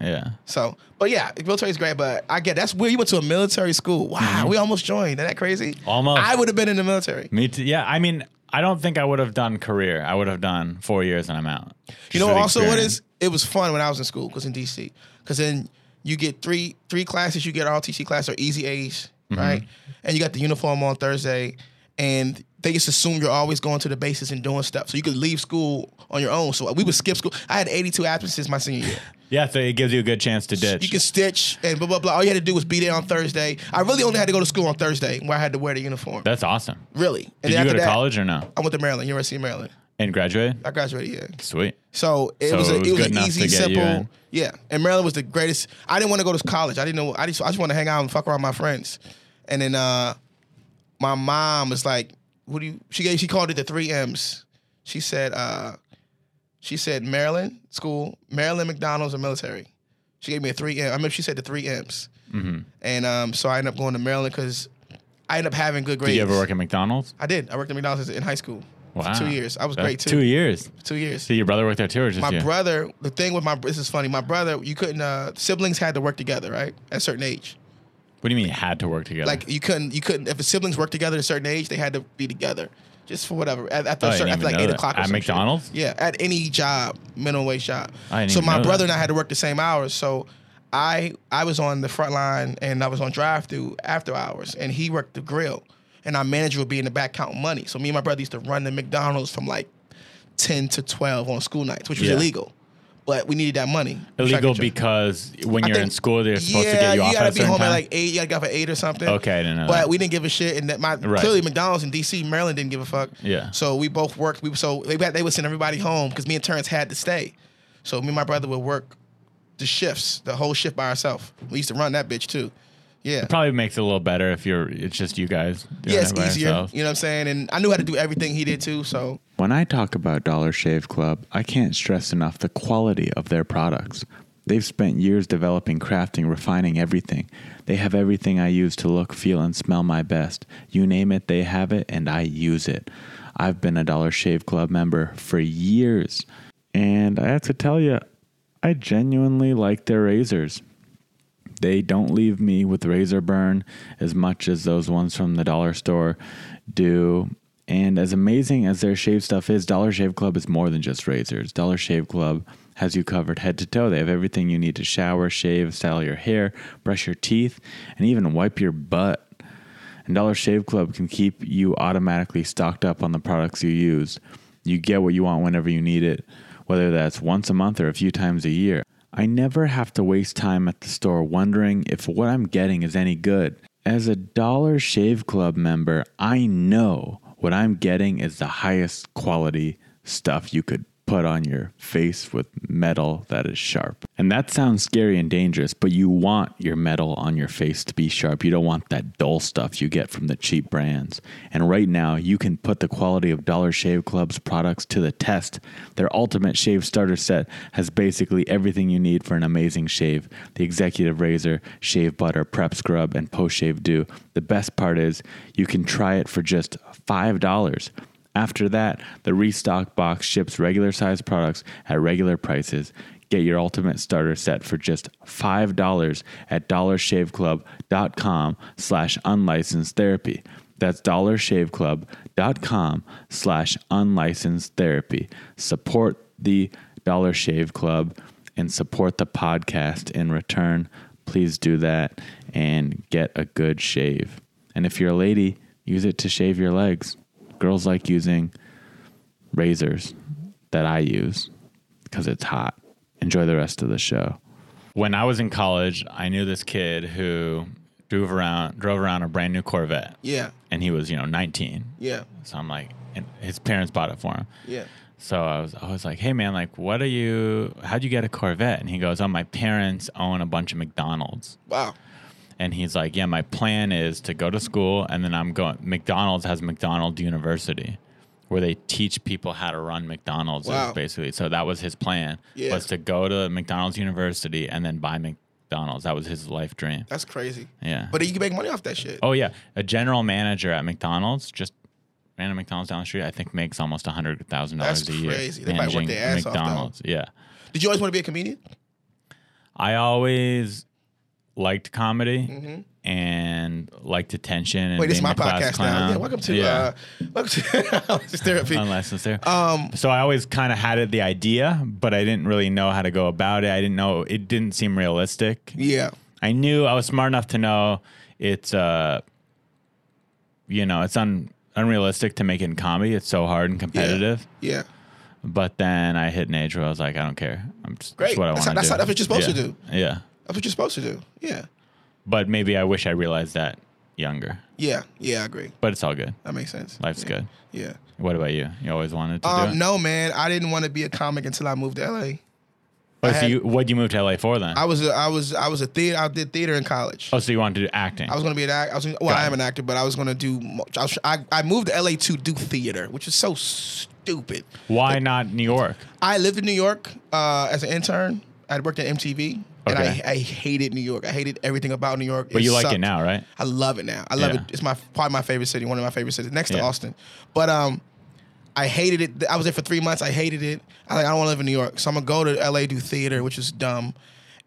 S7: Yeah.
S5: So, but yeah, military is great. But I get that's weird. You went to a military school. Wow, we almost joined. Isn't that crazy?
S7: Mm-hmm. Almost.
S5: I would have been in the military.
S7: Me too. Yeah, I mean, I don't think I would have done career. I would have done four years and I'm out.
S5: You
S7: Just
S5: know,
S7: for the
S5: also what
S7: experience.
S5: is? It was fun when I was in school because in DC, because then you get three three classes. You get all TC class or easy A's,
S7: Mm-hmm.
S5: right? And you got the uniform on Thursday, and they just assume you're always going to the bases and doing stuff. So you could leave school on your own. So we would skip school. I had 82 absences my senior year.
S7: Yeah, so it gives you a good chance to ditch.
S5: You can stitch and blah blah blah. All you had to do was be there on Thursday. I really only had to go to school on Thursday where I had to wear the uniform.
S7: That's awesome.
S5: really. And
S7: Did
S5: then
S7: you go to
S5: that,
S7: college or no?
S5: I went to Maryland, University of Maryland.
S7: And graduate?
S5: I graduated, yeah.
S7: Sweet.
S5: So it
S7: So
S5: was a,
S7: it was
S5: it was
S7: good
S5: an
S7: enough
S5: easy,
S7: to get you
S5: simple.
S7: in.
S5: Yeah, and Maryland was the greatest. I didn't want to go to college. I didn't know. I just I just want to hang out and fuck around with my friends. And then uh, my mom was like, "What do you?" She gave. She called it the three M's. She said. Uh, she said Maryland school, Maryland McDonald's, and military. She gave me a three M. I remember she said the three M's.
S7: Mm-hmm.
S5: And um, so I ended up going to Maryland because I ended up having good grades.
S7: Did you ever work at McDonald's?
S5: I did. I worked at McDonald's in high school.
S7: Wow.
S5: For two years. I was
S7: That's
S5: great too.
S7: Two years.
S5: Two years
S7: Did your brother work there too or just
S5: my
S7: you?
S5: brother the thing with my this is funny my brother you couldn't uh siblings had to work together right at a certain age
S7: what do you mean you had to work together?
S5: like you couldn't you couldn't if the siblings worked together at a certain age they had to be together just for whatever at, at
S7: Oh,
S5: a
S7: I
S5: certain,
S7: didn't
S5: after
S7: even
S5: like
S7: know
S5: eight
S7: that.
S5: o'clock or
S7: At
S5: some shit.
S7: McDonald's?
S5: yeah at any job minimum wage job
S7: I didn't
S5: so
S7: even
S5: my
S7: know
S5: brother
S7: that.
S5: and I had to work the same hours so I I was on the front line and I was on drive through after hours and he worked the grill and our manager would be in the back counting money so me and my brother used to run the McDonald's from like ten to twelve on school nights which was
S7: Yeah.
S5: illegal. But we needed that money.
S7: Illegal
S5: because.
S7: because when
S5: I
S7: you're in
S5: think-
S7: school, they're supposed to get you, off
S5: gotta
S7: at a
S5: be
S7: certain
S5: home
S7: time.
S5: at like eight. You gotta get off at eight or something.
S7: Okay, I didn't know
S5: But
S7: that.
S5: we didn't give a shit, and that my
S7: Right.
S5: clearly McDonald's in D.C. Maryland didn't give a fuck.
S7: Yeah.
S5: So we both worked. We so they they would send everybody home because me and Terrence had to stay. So me and my brother would work the shifts, the whole shift by ourselves. We used to run that bitch too. Yeah.
S7: Probably makes it a little better if you're. It's just you guys. Doing
S5: Yeah, it's
S7: it by
S5: easier.
S7: yourselves.
S5: You know what I'm saying? And I knew how to do everything he did too. So
S6: When I talk about Dollar Shave Club, I can't stress enough the quality of their products. They've spent years developing, crafting, refining everything. They have everything I use to look, feel, and smell my best. You name it, they have it, and I use it. I've been a Dollar Shave Club member for years, and I have to tell you, I genuinely like their razors. They don't leave me with razor burn as much as those ones from the dollar store do. And as amazing as their shave stuff is, Dollar Shave Club is more than just razors. Dollar Shave Club has you covered head to toe. They have everything you need to shower, shave, style your hair, brush your teeth, and even wipe your butt. And Dollar Shave Club can keep you automatically stocked up on the products you use. You get what you want whenever you need it, whether that's once a month or a few times a year. I never have to waste time at the store wondering if what I'm getting is any good. As a Dollar Shave Club member, I know what I'm getting is the highest quality stuff you could put on your face with metal that is sharp. And that sounds scary and dangerous, but you want your metal on your face to be sharp. You don't want that dull stuff you get from the cheap brands. And right now, you can put the quality of Dollar Shave Club's products to the test. Their Ultimate Shave Starter Set has basically everything you need for an amazing shave the executive razor, shave butter, prep scrub, and post shave dew. The best part is you can try it for just $5. After that, the restock box ships regular size products at regular prices. Get your ultimate starter set for just $5 at dollarshaveclub.com slash unlicensed therapy. That's dollarshaveclub.com slash unlicensed therapy. Support the Dollar Shave Club and support the podcast in return
S4: please do that and get a good shave. And if you're a lady, use it to shave your legs. Girls like using razors that I use because it's hot. Enjoy the rest of the show.
S6: when I was in college, I knew this kid who drove around drove around a brand new Corvette.
S5: Yeah.
S6: And he was, you know, 19.
S5: Yeah.
S6: So I'm like, and his parents bought it for him.
S5: Yeah.
S6: So I was, I was like, hey man, like, what are you? How'd you get a Corvette? And he goes, oh, my parents own a bunch of McDonald's.
S5: Wow.
S6: And he's like, yeah, my plan is to go to school, and then I'm going. McDonald's has McDonald's University, where they teach people how to run McDonald's. is
S5: Wow.
S6: Basically, so that was his plan
S5: Yeah.
S6: was to go to McDonald's University and then buy McDonald's. That was his life dream.
S5: That's crazy.
S6: Yeah.
S5: But you can make money off that shit.
S6: Oh yeah, a general manager at McDonald's just random McDonald's down the street. I think makes almost hundred thousand dollars
S5: That's
S6: a year.
S5: crazy. They probably work
S6: managing
S5: their ass off, though.
S6: McDonald's. Yeah,
S5: Did you always want to be a comedian?
S6: I always liked comedy and liked attention. And
S5: Mm-hmm. Wait, this is
S6: being
S5: my
S6: the class
S5: podcast now.
S6: clown.
S5: Yeah, welcome to
S6: Yeah.
S5: uh welcome to this therapy.
S6: unlicensed there.
S5: Um
S6: so I always kind of had it, the idea, but I didn't really know how to go about it. I didn't know it didn't seem realistic.
S5: yeah.
S6: I knew I was smart enough to know it's uh you know, it's un unrealistic to make it in comedy. It's so hard and competitive.
S5: Yeah.
S6: But then I hit an age where I was like, I don't care. I'm just
S5: Great.
S6: That's what I
S5: That's
S6: want
S5: how-
S6: to do.
S5: that's how- that's what you're supposed
S6: yeah.
S5: to do.
S6: Yeah.
S5: That's what you're supposed to do. Yeah.
S6: But maybe I wish I realized that younger.
S5: Yeah. Yeah, I agree.
S6: But it's all good.
S5: That makes sense.
S6: Life's
S5: Yeah.
S6: good.
S5: Yeah.
S6: What about you? You always wanted to do it?
S5: Um, no, man, I didn't want to be a comic until I moved to LA.
S6: Oh,
S5: I
S6: so
S5: had-
S6: you, what'd you move to LA for then?
S5: I was a, I was I was a theater. I did theater in college.
S6: oh, so you wanted to do acting.
S5: I was gonna be an act. I was gonna, well,
S6: Got
S5: I am
S6: it.
S5: an actor, but I was gonna do. mo- I, was- I, I moved to LA to do theater, which is so stupid.
S6: Why not New York?
S5: I lived in New York uh, as an intern. I worked at MTV, and
S6: Okay.
S5: I, I hated New York. I hated everything about New York.
S6: But you like it
S5: sucked.
S6: now, right?
S5: I love it now. I love
S6: Yeah.
S5: it. It's my probably my favorite city, one of my favorite cities, next to
S6: Yeah.
S5: Austin. But um, I hated it. I was there for three months. I hated it. I like I don't want to live in New York, so I'm gonna go to LA do theater, which is dumb.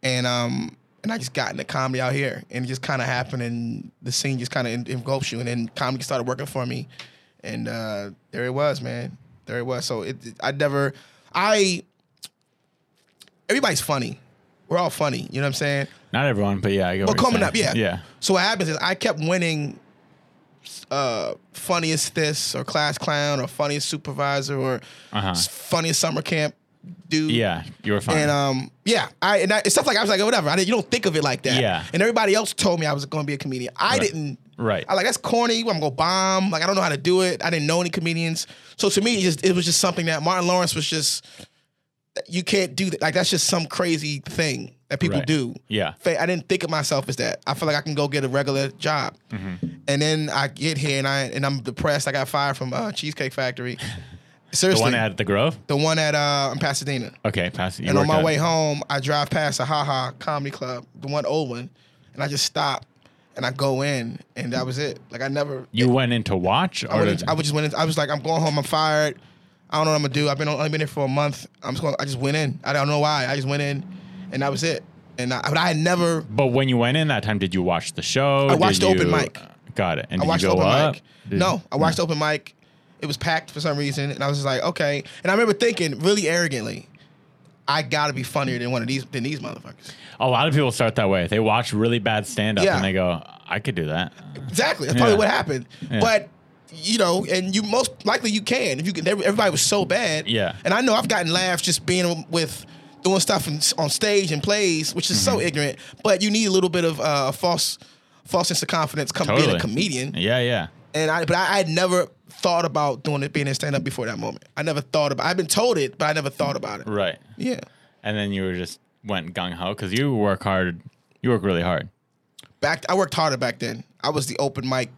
S5: And um, and I just got into comedy out here, and it just kind of happened, and the scene just kind of engulfs you, and then comedy started working for me, and uh, there it was, man. There it was. So it, it- I never, I. Everybody's funny. We're all funny. You know what I'm saying?
S6: Not everyone, but yeah, I go.
S5: Well,
S6: what you're
S5: coming up,
S6: saying.
S5: yeah.
S6: Yeah.
S5: So what happens is I kept winning uh, funniest this or class clown or funniest supervisor or
S6: Uh-huh.
S5: s- funniest summer camp dude.
S6: Yeah, you were fine.
S5: And um, yeah, I and I, it's stuff like I was like, oh, whatever. I didn't, you don't think of it like that.
S6: Yeah.
S5: And everybody else told me I was going to be a comedian. I didn't.
S6: Right.
S5: I like that's corny. I'm gonna go bomb. Like I don't know how to do it. I didn't know any comedians. So to me, it, just, it was just something that Martin Lawrence was just. You can't do that. Like that's just some crazy thing that people
S6: Right.
S5: do
S6: yeah.
S5: fa- I didn't think of myself as that. I feel like I can go get a regular job,
S6: Mm-hmm.
S5: and then I get here and I and I'm depressed. I got fired from uh, Cheesecake Factory.
S6: The
S5: Seriously,
S6: one at the Grove?
S5: the one at uh, in Pasadena.
S6: Okay, pass. You
S5: and on
S6: worked
S5: my
S6: out.
S5: way home, I drive past a haha comedy club, the one old one, and I just stop and I go in, and that was it. Like I never.
S6: you went in to watch,
S5: I,
S6: or
S5: went in, I would just went in. I was like, I'm going home. I'm fired. I don't know what I'm gonna do. I've been only been here for a month. I'm just going. I just went in. I don't know why. I just went in, and that was it. And I, but I had never.
S6: but when you went in that time, did you watch the show?
S5: I watched
S6: Did
S5: the open
S6: you-
S5: mic.
S6: Got it. And
S5: I
S6: did
S5: watched
S6: you
S5: the
S6: go
S5: open
S6: up?
S5: mic.
S6: Did-
S5: no, I watched the open mic. It was packed for some reason, and I was just like, okay. And I remember thinking really arrogantly, I gotta be funnier than one of these than these motherfuckers.
S6: A lot of people start that way. They watch really bad stand up
S5: Yeah.
S6: and they go, I could do that.
S5: Exactly. That's probably
S6: Yeah.
S5: what happened.
S6: Yeah.
S5: But you know, and you most likely you can if you can. Everybody was so bad.
S6: Yeah.
S5: And I know I've gotten laughs just being with doing stuff in, on stage and plays, which is
S6: Mm-hmm.
S5: so ignorant. But you need a little bit of uh, false false sense of confidence come being
S6: Totally.
S5: a comedian.
S6: Yeah, yeah.
S5: and I but I, I had never thought about doing it being in stand up before that moment. I never thought about. I've been told it, but I never thought about it.
S6: Right.
S5: Yeah,
S6: And then you were just went gung ho because you work hard. You work really hard.
S5: back I worked harder back then. I was the open mic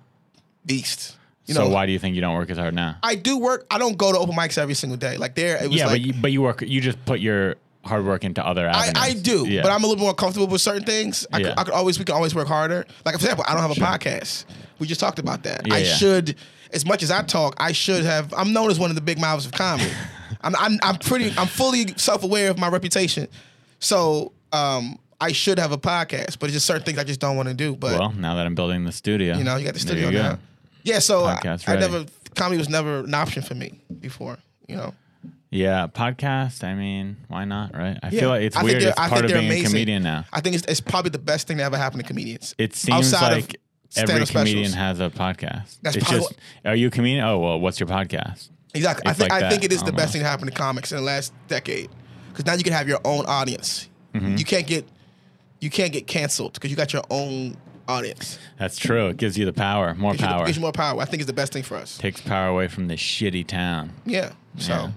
S5: beast. You
S6: so
S5: know,
S6: why do you think you don't work as hard now?
S5: I do work. I don't go to open mics every single day. Like there, it was
S6: yeah,
S5: like
S6: but you, but you work. You just put your hard work into other
S5: I,
S6: avenues.
S5: I do,
S6: Yeah.
S5: but I'm a little more comfortable with certain things. I,
S6: Yeah.
S5: could, I could always we can always work harder. Like for example, I don't have a podcast. We just talked about that.
S6: Yeah,
S5: I
S6: yeah.
S5: should, as much as I talk, I should have. I'm known as one of the big mouths of comedy. I'm, I'm I'm pretty I'm fully self aware of my reputation, so um I should have a podcast. But it's just certain things I just don't want to do. But
S6: Well, now that I'm building the studio,
S5: you know, you got the
S6: there
S5: studio
S6: you go.
S5: now. Yeah, so I,
S6: Podcast
S5: I
S6: ready.
S5: never comedy was never an option for me before. You know,
S6: Yeah, podcast. I mean, why not, right? I
S5: Yeah.
S6: feel like it's
S5: I think
S6: weird.
S5: they're-
S6: It's
S5: I think
S6: part of
S5: they're
S6: being a
S5: amazing.
S6: comedian now.
S5: I think it's, it's probably the best thing that ever happened to comedians.
S6: It seems
S5: Outside of
S6: like
S5: stand-up
S6: every
S5: specials.
S6: comedian has a podcast.
S5: That's
S6: it's
S5: probably
S6: just, are you a comedian? Oh, well, what's your podcast?
S5: Exactly. I
S6: It's
S5: think
S6: like
S5: I think
S6: that,
S5: it is the best
S6: almost.
S5: thing that happened to comics in the last decade because now you can have your own audience.
S6: Mm-hmm.
S5: You can't get you can't get canceled because you got your own audience.
S6: That's true. It gives you the power, more
S5: Gives you-
S6: power.
S5: gives you more power. I think it's the best thing for us.
S6: Takes power away from this shitty town.
S5: Yeah. So.
S6: Yeah.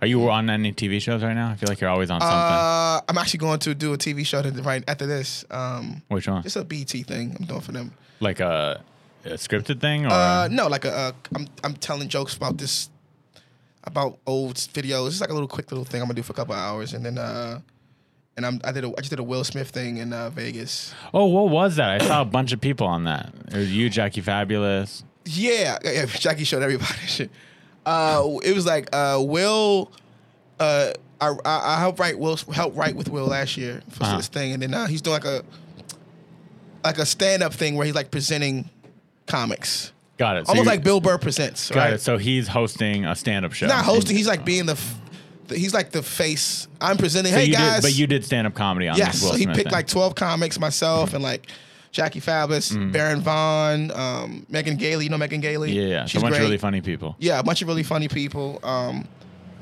S6: Are you on any TV shows right now? I feel like you're always on something.
S5: Uh, I'm actually going to do a TV show that- right after this. Um,
S6: Which one?
S5: Just a BT thing I'm doing for them.
S6: like a, a scripted thing, or
S5: Uh, no, like a, uh, I'm I'm telling jokes about this about old videos. It's like a little quick little thing I'm gonna do for a couple of hours, and then uh, and I'm I did a, I just did a Will Smith thing in uh, Vegas.
S6: oh, what was that? I saw a bunch of people on that. It was you, Jackie Fabulous.
S5: Yeah, yeah, Jackie showed everybody shit. Uh, it was like uh, Will. Uh, I, I I helped write Will helped write with Will last year for
S6: Uh-huh.
S5: this thing, and then uh, he's doing like a like a stand up thing where he's like presenting comics,
S6: Got it. So
S5: almost
S6: you-
S5: like Bill Burr presents.
S6: Got
S5: right?
S6: it. So he's hosting a stand-up show.
S5: He's not hosting.
S6: And-
S5: He's like being the, f- the he's like the face. I'm presenting.
S6: So
S5: hey
S6: you
S5: guys,
S6: did, but you did stand-up comedy on
S5: yes.
S6: this. Will
S5: So he
S6: Smith
S5: picked
S6: thing.
S5: like 12 comics, myself and like Jackie Fabulous, Baron Vaughn, um, Megan Gailey. You know Megan Gailey?
S6: Mm. yeah, yeah.
S5: she's
S6: So a bunch
S5: great.
S6: of really funny people.
S5: yeah, a bunch of really funny people. Um,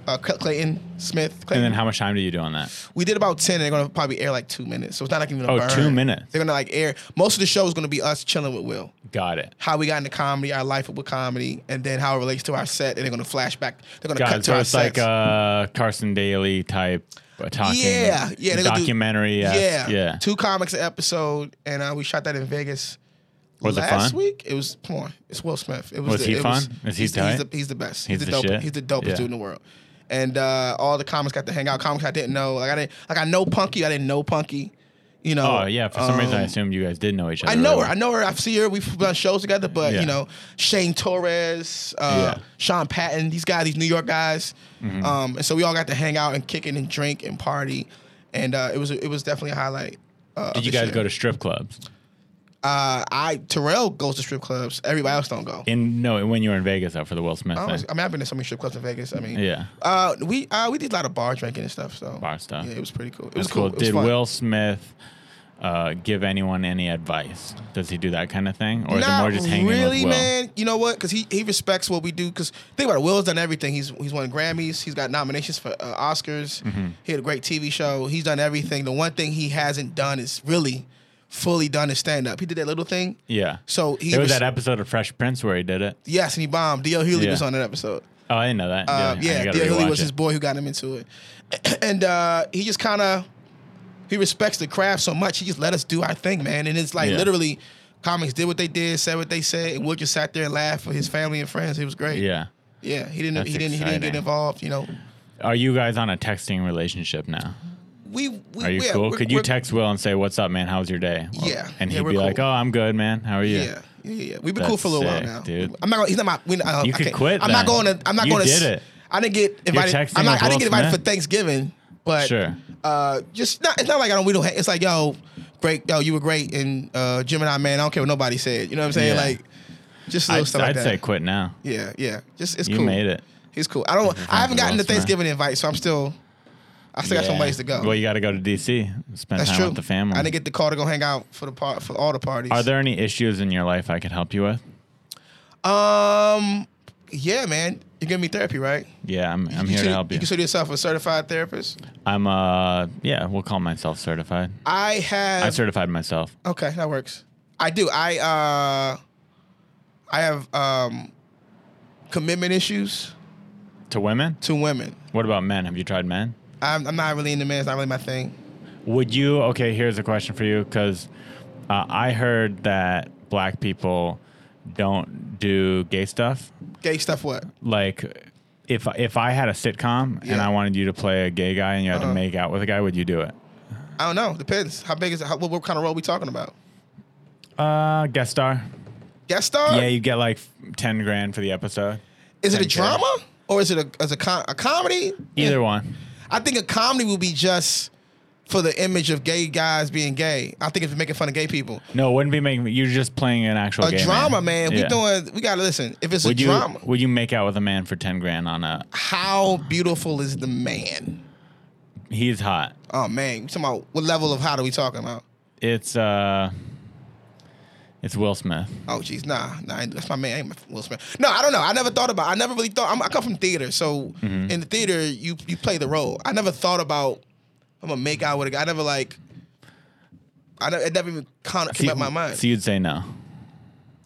S5: uh, Cl- Clayton Smith.
S6: And
S5: Clayton.
S6: then how much time do you do on that?
S5: we did about 10. And they're gonna probably air like two minutes, so it's not like even a
S6: Oh,
S5: burn.
S6: two minutes.
S5: They're gonna like air. Most of the show is gonna be us chilling with Will
S6: Got it.
S5: how we got into comedy, our life with comedy, and then how it relates to our set. And they're going to flashback. They're going to
S6: Got
S5: cut
S6: it.
S5: to
S6: So
S5: our
S6: it's like
S5: sets.
S6: uh, Carson Daly type uh, talking.
S5: yeah, yeah, they're gonna do-
S6: documentary.
S5: yeah,
S6: Yeah, yeah.
S5: Two comics an episode, and uh, we shot that in Vegas.
S6: Was it
S5: last
S6: fun?
S5: week? It was come on. It's Will Smith. It was,
S6: Was
S5: the,
S6: he
S5: it
S6: fun?
S5: Was,
S6: Is he
S5: he's, the-
S6: tight?
S5: He's the, he's the best.
S6: He's
S5: He's, the
S6: the
S5: dopest.
S6: shit?
S5: He's the dopest
S6: Yeah.
S5: dude in the world. And uh, all the comics got to hang out. Comics I didn't know. Like I didn't. Like I know Punky. I didn't know Punky. You know.
S6: Oh yeah. For some reason, I
S5: um,
S6: assumed you guys did know each other.
S5: I know her.
S6: really.
S5: I know her. I've seen her. We've done shows together. But
S6: Yeah.
S5: you know, Shane Torres, uh,
S6: Yeah. Mm-hmm.
S5: Sean Patton, these guys, these New York guys, um, and so we all got to hang out and kick it and drink and party, and uh, it was it was definitely a highlight. Uh,
S6: Did you guys go to strip clubs?
S5: Uh, I Terrell goes to strip clubs. Everybody else don't go.
S6: In no, when you were in Vegas though for the Will Smith
S5: I,
S6: thing.
S5: don't, I mean, I've been to so many strip clubs in Vegas. I mean,
S6: Yeah.
S5: Uh, we uh, we did a lot of bar drinking and stuff. So
S6: Bar stuff.
S5: Yeah, it was pretty cool. It
S6: That's
S5: was cool.
S6: cool.
S5: It was
S6: Did
S5: fun.
S6: Will Smith uh, give anyone any advice? Does he do that kind of thing, or is it
S5: Not
S6: more just hanging
S5: really,
S6: with Will?
S5: man. You know what? Because he, he respects what we do. Because think about it, Will's done everything. He's he's won Grammys. He's got nominations for uh, Oscars.
S6: Mm-hmm.
S5: He had a great TV show. He's done everything. The one thing he hasn't done is really fully done his stand up. He did that little thing.
S6: Yeah.
S5: So he
S6: there was
S5: was-
S6: that episode of Fresh Prince where he did it.
S5: Yes, and he bombed. D.L. Hewley
S6: Yeah.
S5: was on that episode.
S6: Oh, I didn't know that.
S5: Uh,
S6: I
S5: yeah,
S6: gotta
S5: D.L. Hewley
S6: rewatch
S5: was
S6: it.
S5: his boy who got him into it, and uh, he just kind of he respects the craft so much. He just let us do our thing, man. And it's like
S6: Yeah.
S5: literally. Comics did what they did, said what they said, and Will just sat there and laughed for his family and friends. It was great.
S6: Yeah.
S5: Yeah, he didn't.
S6: That's
S5: he didn't. He didn't
S6: exciting.
S5: get involved. You know,
S6: Are you guys on a texting relationship now?
S5: we. we
S6: Are you
S5: yeah,
S6: cool?
S5: we're-
S6: Could you
S5: we're-
S6: text Will and say, "What's up, man? How was your day?" Well,
S5: Yeah.
S6: And
S5: Yeah,
S6: he'd
S5: we're
S6: be like,
S5: cool.
S6: "Oh, I'm good, man. How are you?"
S5: Yeah, yeah, yeah. We've been cool
S6: That's
S5: for a little
S6: sick,
S5: while now.
S6: dude.
S5: I'm not. Gonna, he's not my. We, I,
S6: You
S5: I
S6: could
S5: can't-
S6: quit
S5: I'm not
S6: then.
S5: going to. I'm not
S6: You
S5: going to.
S6: did it.
S5: I didn't get invited.
S6: texting
S5: I'm not.
S6: with
S5: I didn't
S6: Will
S5: get invited
S6: Smith?
S5: for Thanksgiving, but
S6: Sure.
S5: Uh, just not. It's not like I don't. We don't. ha- It's like yo, great. Yo, you were great, and uh, Jim and I, man. I don't care what nobody said. You know what I'm saying?
S6: Yeah.
S5: Like, just little
S6: I'd,
S5: stuff like
S6: I'd
S5: that.
S6: say quit now.
S5: Yeah, yeah. Just it's
S6: You
S5: cool.
S6: made it.
S5: He's cool. I don't. I haven't
S6: to
S5: gotten
S6: Will
S5: the
S6: Smith.
S5: Thanksgiving invite, so I'm still. I still got some
S6: Yeah.
S5: ways to go.
S6: Well, you got to go to DC. Spend
S5: That's
S6: time
S5: true.
S6: with the family.
S5: I didn't get the call to go hang out for the part for all the parties.
S6: Are there any issues in your life I could help you with?
S5: Um, yeah, man, you're giving me therapy, right?
S6: Yeah, I'm, I'm here to
S5: you consider-
S6: help
S5: You
S6: you.
S5: consider yourself a certified therapist?
S6: I'm uh yeah, we'll call myself certified.
S5: I
S6: I
S5: have.
S6: certified myself.
S5: okay, that works. I do. I uh, I have um, commitment issues
S6: To women?
S5: to women.
S6: What about men? Have you tried men?
S5: I'm, I'm not really into men. It's not really my thing.
S6: Would you? Okay, here's a question for you because uh, I heard that black people don't do gay stuff.
S5: Gay stuff. What?
S6: Like, if if I had a sitcom and
S5: Yeah. Uh-huh.
S6: I wanted you to play a gay guy and you had to make out with a guy, would you do it?
S5: I don't know. Depends. How big is it? How, what, what kind of role we talking about?
S6: Uh, guest star.
S5: Guest star?
S6: Yeah, you get like ten grand for the episode.
S5: is it a
S6: 10K.
S5: drama or is it a, as a, com- a comedy?
S6: Either one.
S5: I think a comedy would be just for the image of gay guys being gay. I think it's making fun of gay people.
S6: No, it wouldn't be making. You're just playing an actual
S5: a
S6: game,
S5: drama, man.
S6: Yeah.
S5: We doing. We gotta listen. If it's
S6: Would
S5: a
S6: you
S5: drama,
S6: would you make out with a man for ten grand on a?
S5: how beautiful is the man?
S6: He's hot.
S5: Oh man, you talking about what level of hot are we talking about?
S6: It's uh, it's Will Smith.
S5: Oh geez, nah, nah, I ain't- that's my man. I ain't my Will Smith. No, I don't know. I never thought about. I never really thought. I'm, I come from theater, so
S6: Mm-hmm.
S5: in the theater, you you play the role. I never thought about I'm gonna make out with a guy. I never like. I never, it never even con- came up my mind.
S6: So you'd say no.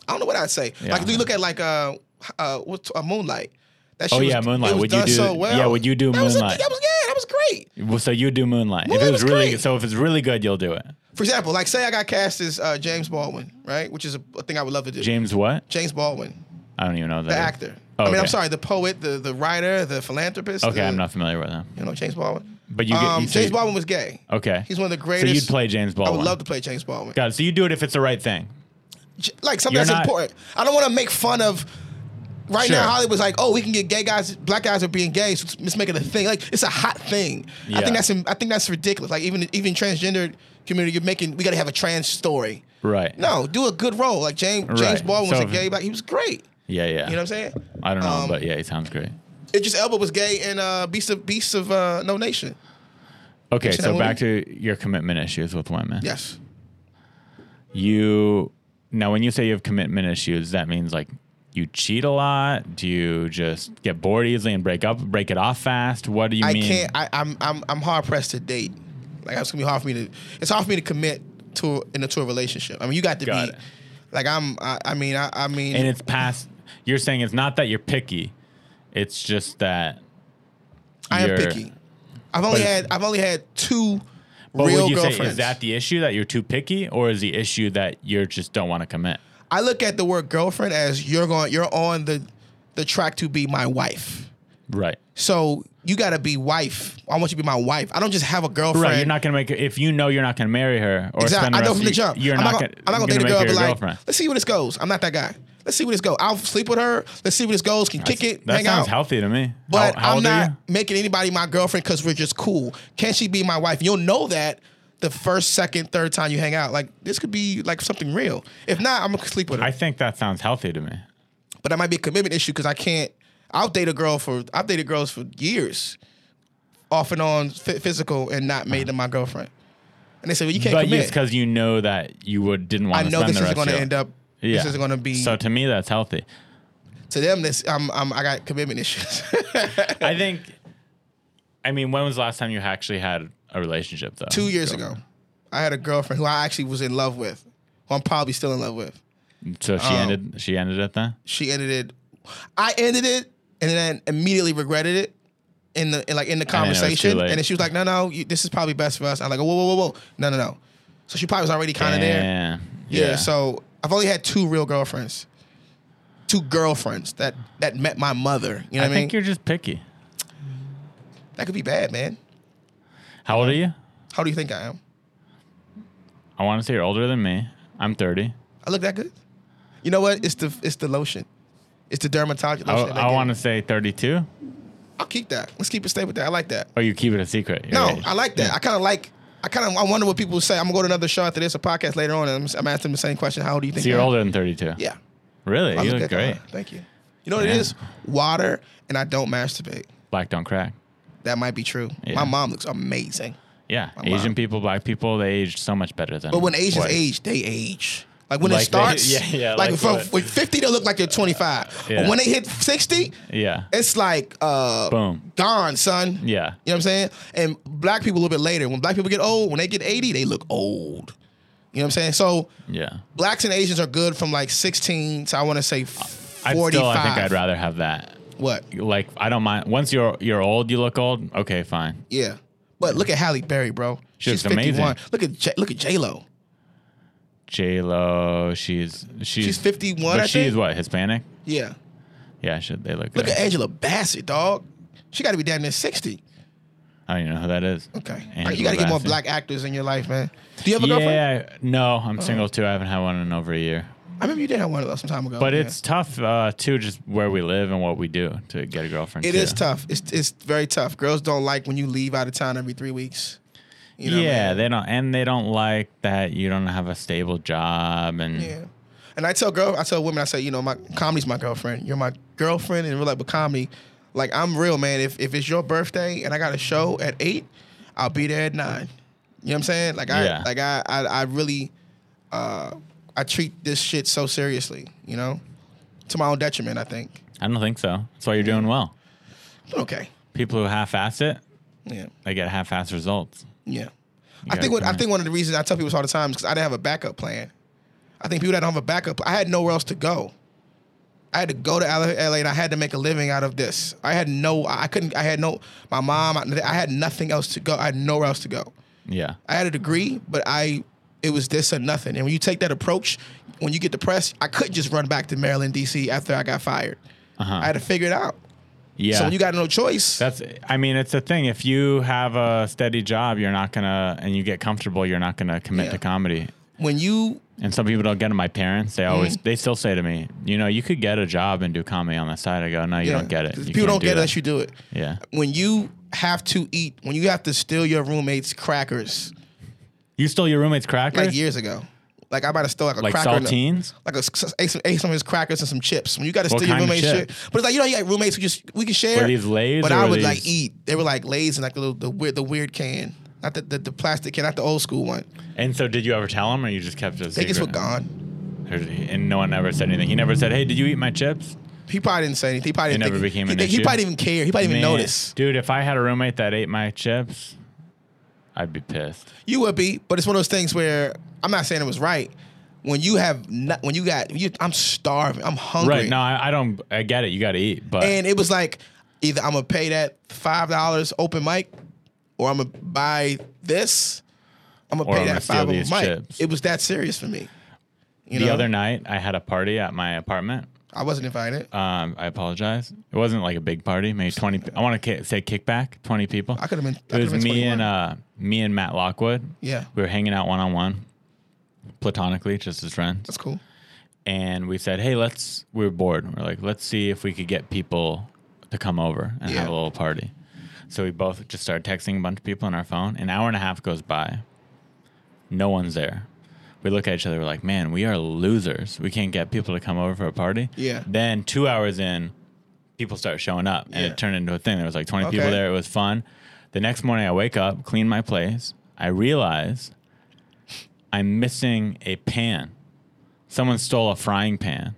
S5: I don't know what I'd say.
S6: Yeah.
S5: Like, do you look at like uh, uh, what uh, Moonlight? That
S6: Oh
S5: shit
S6: yeah,
S5: was-
S6: Moonlight.
S5: it was
S6: Would you
S5: done
S6: do?
S5: so well.
S6: Yeah, would you do
S5: that was a-
S6: Moonlight?
S5: that was yeah, that was great.
S6: Well, so you do Moonlight. if
S5: Moonlight
S6: it
S5: was
S6: was, really
S5: great.
S6: so, if it's really good, you'll do it.
S5: For example, like say I got cast as uh, James Baldwin, right? Which is a, a thing I would love to do. James,
S6: James, what?
S5: Baldwin,
S6: I don't even know that.
S5: the
S6: is.
S5: actor.
S6: Oh,
S5: I mean, I'm
S6: okay.
S5: sorry, the poet, the the writer, the philanthropist.
S6: Okay,
S5: the-
S6: I'm not familiar with him.
S5: You know James Baldwin.
S6: But you get-
S5: um,
S6: you say-
S5: James Baldwin was gay.
S6: Okay.
S5: He's one of the
S6: So
S5: greatest-
S6: you'd play James
S5: I
S6: Baldwin.
S5: would love to play James Baldwin.
S6: God, so you do it if it's the right thing.
S5: J- Like something
S6: You're
S5: that's
S6: not-
S5: important. I don't want to make fun of. Right
S6: Sure.
S5: now, Hollywood's like, oh, we can get gay guys, black guys are being gay, so let's make it a thing. Like it's a hot thing. I
S6: Yeah.
S5: think that's I think that's ridiculous. Like even even transgendered community, you're making we got to have a trans story.
S6: Right.
S5: No, do a good role. Like James James
S6: Right.
S5: Baldwin
S6: So
S5: was a
S6: if-
S5: gay, black. he was great.
S6: Yeah, yeah.
S5: You know what I'm saying?
S6: I don't know,
S5: Um,
S6: but yeah, he sounds great.
S5: Idris Elba was gay in uh, Beast of Beast of uh, No Nation.
S6: Okay,
S5: Actually,
S6: so
S5: that
S6: back to your commitment issues with women.
S5: Yes.
S6: You now, when you say you have commitment issues, that means like you cheat a lot. Do you just get bored easily and break up, break it off fast? What do you
S5: I
S6: mean?
S5: can't. I, I'm I'm I'm hard pressed to date. Like it's gonna be hard for me to. It's hard for me to commit to in a to a relationship. I mean, you got to
S6: Got
S5: be.
S6: it.
S5: Like I'm. I, I mean. I, I mean.
S6: and it's past. You're saying it's not that you're picky. It's just that
S5: I am
S6: you're-
S5: picky. I've only
S6: But-
S5: had. I've only had two
S6: But
S5: real
S6: would you
S5: girlfriends.
S6: say is that the issue that you're too picky, or is the issue that you just don't want to commit?
S5: I look at the word girlfriend as you're going. You're on the the track to be my wife.
S6: Right.
S5: So you got to be wife. I want you to be my wife. I don't just have a girlfriend.
S6: Right. You're not gonna make it if you know you're not gonna marry her or
S5: Exactly.
S6: spend the
S5: I know
S6: rest
S5: from
S6: of
S5: the
S6: your-
S5: jump.
S6: You're
S5: I'm
S6: not,
S5: not,
S6: gonna,
S5: gonna, I'm not gonna date a
S6: make
S5: girl,
S6: her
S5: but
S6: your
S5: like,
S6: girlfriend.
S5: let's see where this goes. I'm not that guy. Let's see where this goes. I'll sleep with her. Let's see where this goes. Can kick it,
S6: that
S5: hang
S6: sounds
S5: out.
S6: healthy to me.
S5: but
S6: how, how
S5: I'm
S6: old are
S5: not
S6: you?
S5: making anybody my girlfriend because we're just cool. Can she be my wife? You'll know that the first, second, third time you hang out. Like this could be like something real. If not, I'm gonna sleep with her.
S6: I think that sounds healthy to me.
S5: but that might be a commitment issue because I can't. I'll date a girl for I've dated girls for years, off and on phy- physical, and not made them my girlfriend. And they say, well, you can't
S6: Uh-huh. But
S5: commit.
S6: it's because you know that you would didn't
S5: I
S6: want to
S5: know
S6: spend
S5: this
S6: the rest
S5: isn't
S6: of
S5: going to
S6: your-
S5: end up.
S6: Yeah.
S5: This isn't going to be
S6: So to me, that's healthy.
S5: to them. This um, um, I got commitment issues.
S6: I think. I mean, when was the last time you actually had a relationship though?
S5: Two years ago, I had a girlfriend who I actually was in love with, who I'm probably still in love with.
S6: So
S5: Um,
S6: she ended. She ended it then.
S5: She ended it. I ended it, and then immediately regretted it in the in, like in the
S6: then it was too
S5: conversation.
S6: late.
S5: And then she was like, "No, no, you, this is probably best for us." I'm like, "Whoa, whoa, whoa, whoa, no, no, no." So she probably was already kind of there.
S6: Damn.
S5: Yeah, So I've only had two real girlfriends, two girlfriends that that met my mother. You
S6: I
S5: know what I mean?
S6: think you're just picky.
S5: That could be bad, man.
S6: How old are you?
S5: How do you think I am?
S6: I want to say you're older than me. I'm 30.
S5: I look that good. You know what? It's the it's the lotion. It's the dermatology
S6: Oh, I,
S5: lotion. Oh, that
S6: want to
S5: gave
S6: say
S5: me.
S6: 32.
S5: I'll keep that. Let's keep it stay with that. I like that.
S6: Oh, you keep it a secret. Your
S5: No,
S6: age.
S5: I like that. I kind of like. I kind of. I wonder what people say. I'm gonna go to another show after this, a podcast later on, and I'm, I'm asking them the same question. How old do you think?
S6: So you're
S5: I am?
S6: older than 32.
S5: Yeah.
S6: Really?
S5: I
S6: you look
S5: that
S6: great.
S5: color. Thank you. You know what
S6: Yeah.
S5: it is? Water, and I don't masturbate.
S6: Black don't crack.
S5: That might be true.
S6: Yeah.
S5: My mom looks amazing.
S6: Yeah.
S5: wow.
S6: Asian people, black people, they age so much better than.
S5: But when Asians
S6: white.
S5: age, they age. Like when
S6: Like
S5: it
S6: they-
S5: starts,
S6: yeah, yeah,
S5: like,
S6: like
S5: from
S6: what?
S5: with 50, they look like they're 25.
S6: Yeah.
S5: But when they hit 60,
S6: Yeah.
S5: it's like uh
S6: Boom.
S5: gone, son.
S6: Yeah.
S5: You know what I'm saying? And black people a little bit later. When black people get old, when they get 80, they look old. You know what I'm saying? So
S6: Yeah.
S5: blacks and Asians are good from like 16 to I want to say 45.
S6: I'd still, I think I'd rather have that.
S5: What?
S6: Like, I don't mind. Once you're you're old, you look old. Okay, fine.
S5: Yeah. But look at Halle Berry, bro.
S6: She
S5: She's
S6: looks
S5: 51.
S6: amazing.
S5: Look at J- look at J Lo.
S6: J Lo, she's she's
S5: She's 51,
S6: But
S5: I
S6: she's
S5: think.
S6: what Hispanic?
S5: Yeah.
S6: Yeah, should they look?
S5: Look
S6: good.
S5: at Angela Bassett, dog. She got to be damn near 60.
S6: I don't even know who that is.
S5: Okay.
S6: Angela
S5: you got to get more
S6: Bassett.
S5: black actors in your life, man. Do you have a girlfriend?
S6: Yeah, no, I'm single too. I haven't had one in over a year.
S5: I remember you did have one of those some time ago.
S6: But
S5: Oh, yeah.
S6: it's tough uh, too, just where we live and what we do to get a girlfriend.
S5: It
S6: too.
S5: is tough. It's it's very tough. Girls don't like when you leave out of town every three weeks. You You know what I
S6: yeah,
S5: mean?
S6: they don't, and they don't like that you don't have a stable job, and
S5: Yeah. And I tell girl, I tell women, I say, you know, my comedy's my girlfriend. You're my girlfriend in real life, but comedy, like I'm real, man. If if it's your birthday and I got a show at eight, I'll be there at nine. You know what I'm saying? Like I
S6: Yeah.
S5: like I I, I really uh I treat this shit so seriously, you know? To my own detriment, I think.
S6: I don't think so. That's why you're doing well.
S5: But okay.
S6: People who half-ass it,
S5: Yeah.
S6: they get half-ass results.
S5: Yeah. I
S6: gotta
S5: think what I
S6: commit.
S5: think one of the reasons I tell people this all the time is because I didn't have a backup plan. I think people that don't have a backup, I had nowhere else to go. I had to go to LA LA and I had to make a living out of this. I had no, I couldn't, I had no, my mom, I, I had nothing else to go. I had nowhere else to go.
S6: Yeah,
S5: I had a degree, but I, it was this or nothing. And when you take that approach, when you get depressed, I could just run back to Maryland, D.C. after I got fired. I had to figure it out.
S6: Uh-huh. yeah.
S5: So when you got no choice,
S6: That's. I mean, it's a thing. If you have a steady job, you're not gonna, and you get comfortable, you're not gonna commit
S5: Yeah.
S6: to comedy.
S5: when you
S6: And some people don't get it. My parents, they always,
S5: Mm-hmm.
S6: they still say to me, you know, you could get a job and do comedy on the side. I go, no, you
S5: Yeah.
S6: don't get it. You
S5: People
S6: can't
S5: don't
S6: do
S5: get it
S6: that."
S5: unless you do it.
S6: Yeah.
S5: When you have to eat, when you have to steal your roommate's crackers,
S6: You stole your roommate's crackers,
S5: like years ago. Like I might have stole like a
S6: like
S5: cracker, and a-
S6: saltines.
S5: like a s- ate some, ate some of his crackers and some chips. When you got to
S6: What
S5: steal your
S6: kind of
S5: roommate's shit,
S6: chip?
S5: but it's like you know you got roommates who just we can share.
S6: Were these Lay's
S5: but
S6: or
S5: I
S6: were
S5: would like
S6: these-
S5: eat. They were like Lay's and like the little the weird the weird can, not the, the the plastic can, not the old school one.
S6: And so, did you ever tell him, or you just kept it? a
S5: They just were
S6: secret?
S5: gone.
S6: And no one ever said anything. He never said, "Hey, did you eat my chips?"
S5: He probably didn't say anything. He probably
S6: It
S5: didn't
S6: never
S5: think-
S6: became
S5: he,
S6: an
S5: think- he
S6: issue.
S5: probably didn't care. He probably didn't even
S6: Man,
S5: notice.
S6: dude. If I had a roommate that ate my chips, I'd be pissed.
S5: You would be, but it's one of those things where I'm not saying it was right. When you have, not, when you got, you, I'm starving, I'm hungry,
S6: Right? No, I, I don't. I get it. You got to eat, but
S5: and it was like either I'm gonna pay that five dollars open mic, or I'm gonna buy this. I'm gonna
S6: Or
S5: pay
S6: I'm
S5: that
S6: gonna steal
S5: five open
S6: these
S5: mic.
S6: chips.
S5: It was that serious for me. You
S6: the
S5: know,
S6: other night I had a party at my apartment.
S5: I wasn't invited.
S6: Um, I apologize. It wasn't like a big party. Maybe twenty. I want to ki- say kickback. Twenty people.
S5: I could've been- I
S6: It was
S5: could've been
S6: me
S5: 21.
S6: and uh, me and Matt Lockwood.
S5: Yeah.
S6: we were hanging out one on one, platonically, just as friends.
S5: That's cool.
S6: and we said, "Hey, let's." We were bored. We we're like, "Let's see if we could get people to come over and
S5: Yeah.
S6: have a little party." So we both just started texting a bunch of people on our phone. An hour and a half goes by. No one's there. We look at each other. We're like, "Man, we are losers. We can't get people to come over for a party."
S5: Yeah.
S6: Then two hours in, people start showing up, and
S5: Yeah.
S6: it turned into a thing. There was like twenty people
S5: Okay.
S6: there. It was fun. The next morning, I wake up, clean my place. I realize I'm missing a pan. Someone stole a frying pan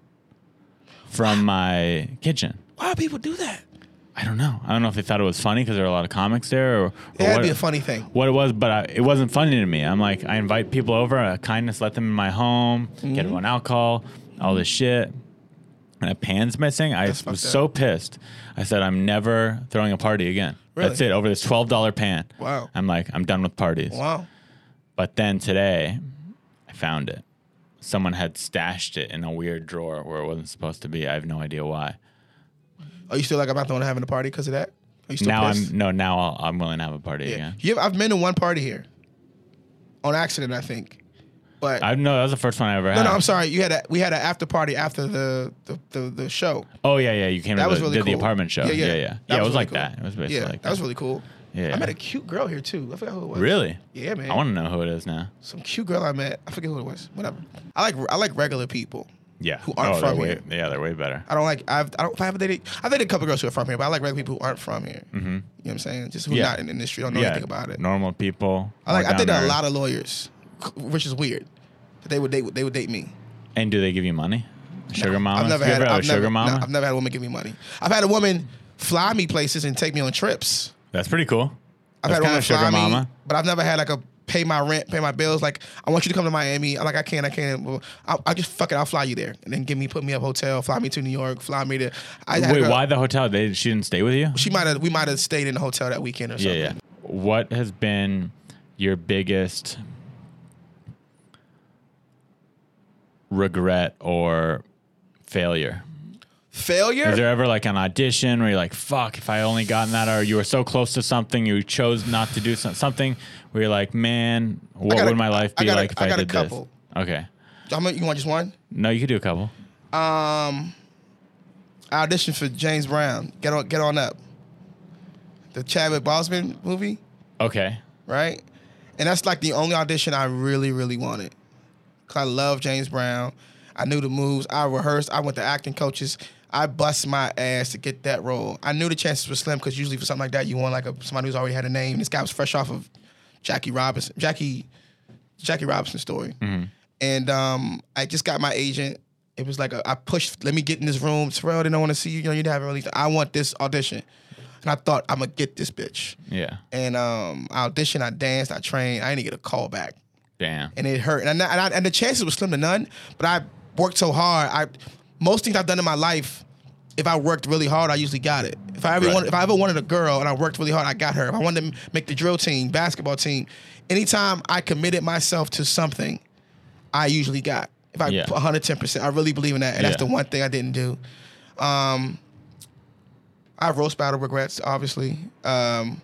S6: from my kitchen.
S5: Why do people do that?
S6: I don't know. I don't know if they thought it was funny because there were a lot of comics there, or, or
S5: It had
S6: what,
S5: to be a funny thing.
S6: what it was. But I, it wasn't funny to me. I'm like, I invite people over, uh, kindness, let them in my home, get
S5: Mm-hmm.
S6: everyone alcohol, all this shit, and a pan's missing. I
S5: That's fucked
S6: was
S5: up.
S6: so pissed. I said, I'm never throwing a party again. That's
S5: Really?
S6: it. Over this twelve dollar pan.
S5: Wow.
S6: I'm like, I'm done with parties.
S5: Wow.
S6: But then today, I found it. Someone had stashed it in a weird drawer where it wasn't supposed to be. I have no idea why.
S5: Are you still like I'm not the one having a party because of that? Are you still
S6: now
S5: pissed?
S6: I'm no. Now I'll, I'm willing to have a party again.
S5: You have, I've been to one party here, on accident, I think. But
S6: I no. That was the first one I ever
S5: No,
S6: had.
S5: no, I'm sorry. You had a, we had an after party after the the, the, the show.
S6: Oh yeah, yeah. You came
S5: That
S6: to
S5: was
S6: the,
S5: really
S6: did
S5: cool.
S6: the apartment show. Yeah, yeah, yeah.
S5: That
S6: it was
S5: really
S6: like
S5: cool.
S6: that. It was basically
S5: yeah,
S6: like
S5: that was really cool.
S6: Yeah.
S5: I met a cute girl here too. I forgot who it was.
S6: Really?
S5: Yeah, man.
S6: I want to know who it is now.
S5: Some cute girl I met. I forget who it was. Whatever. I like I like regular people.
S6: Yeah.
S5: Who aren't
S6: oh,
S5: from
S6: they're
S5: here.
S6: way, Yeah, they're way better.
S5: I don't like I've I don't I've dated I've dated a couple girls who are from here, but I like regular people who aren't from here. Mm-hmm. You know what I'm saying? Just who
S6: Yeah.
S5: not in the industry, don't know
S6: yeah.
S5: anything about it.
S6: Normal people.
S5: I like
S6: more
S5: I dated
S6: down
S5: a
S6: to
S5: lot
S6: earth.
S5: of lawyers, which is weird. But they would they would they would date me.
S6: And do they give you money? Sugar mama.
S5: I've never had
S6: a
S5: I've
S6: sugar
S5: never,
S6: mama.
S5: no, I've never had a woman give me money. I've had a woman fly me places and take me on trips.
S6: That's pretty cool.
S5: I've
S6: That's
S5: had a woman
S6: kinda sugar
S5: fly me,
S6: mama.
S5: but I've never had like a pay my rent, pay my bills. Like I want you to come to Miami. I'm like I can't, I can't. I, I just fuck it. I'll fly you there, and then give me, put me up hotel, fly me to New York, fly me to. I had a
S6: Wait,
S5: girl-
S6: why the hotel? They she didn't stay with you?
S5: She might have. We might have stayed in the hotel that weekend or
S6: yeah,
S5: something.
S6: yeah. What has been your biggest regret or failure?
S5: Failure.
S6: Is there ever like an audition where you're like, "Fuck, if I only gotten that," or you were so close to something, you chose not to do some- something where you're like, "Man, what
S5: got a-
S6: would my life
S5: I
S6: be
S5: got a-
S6: like if
S5: I
S6: I,
S5: got a
S6: did
S5: couple.
S6: this?" Okay,
S5: How many- you want just one?
S6: no, you could do a couple.
S5: I auditioned for James Brown. Get on, get on up. The Chadwick Boseman movie,
S6: Okay,
S5: right? And that's like the only audition I really, really wanted. Cause I love James Brown. I knew the moves. I rehearsed. I went to acting coaches. I bust my ass to get that role. I knew the chances were slim because usually for something like that, you want like a, somebody who's already had a name. This guy was fresh off of Jackie Robinson, Jackie, Jackie Robinson story. And um, I just got my agent. It was like a, I pushed. Let me get in this room. Terrell, they don't want to see you. You know, you haven't released. I want this audition. And I thought I'm gonna get this bitch.
S6: Yeah.
S5: And um, I auditioned. I danced. I trained. I didn't get a call back
S6: Damn.
S5: and it hurt. And I, and, I, and the chances were slim to none. But I worked so hard. I most things I've done in my life, if I worked really hard, I usually got it. If I ever
S6: Right.
S5: wanted, if I ever wanted a girl and I worked really hard, I got her. If I wanted to make the drill team, basketball team, anytime I committed myself to something, I usually got. If I
S6: Yeah.
S5: 110%, I really believe in that, and that's
S6: Yeah.
S5: the one thing I didn't do. Um, I have roast battle regrets, obviously. Um,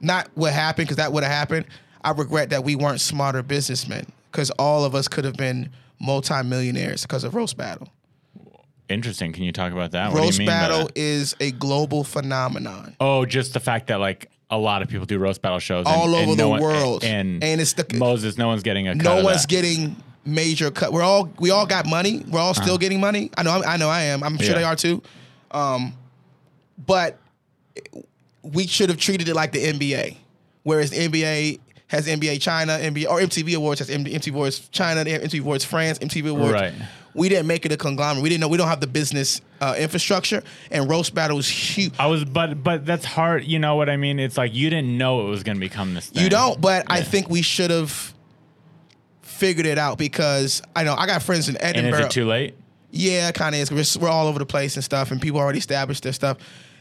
S5: not what happened, because that would have happened. I regret that we weren't smarter businessmen, because all of us could have been multimillionaires because of roast battle.
S6: Interesting. Can you talk about that? what do you
S5: roast
S6: mean by
S5: battle
S6: that?
S5: is a global phenomenon.
S6: Oh, just the fact that like a lot of people do roast battle shows and-
S5: All
S6: and
S5: over
S6: no
S5: the
S6: one-
S5: world.
S6: and,
S5: And it's the-
S6: Moses. No one's getting a cut
S5: no
S6: of
S5: one's
S6: that.
S5: getting major cut. We're all we all got money. We're all still getting money. I know I'm- I know I am. I'm sure
S6: Yeah.
S5: they are too. Um, but we should have treated it like the NBA, whereas the NBA has NBA China, NBA or MTV Awards has MTV, MTV Awards China, they have MTV Awards France, MTV Awards.
S6: Right.
S5: We didn't make it a conglomerate. We didn't know. We don't have the business uh, infrastructure. And roast battle is huge.
S6: I was, but but that's hard. You know what I mean? It's like you didn't know it was gonna become this. thing.
S5: You don't, but I think we should have figured it out because I know I got friends in
S6: And
S5: Edinburgh.
S6: is it too late?
S5: Yeah, kind of is. We're, we're all over the place and stuff, and people already established their stuff.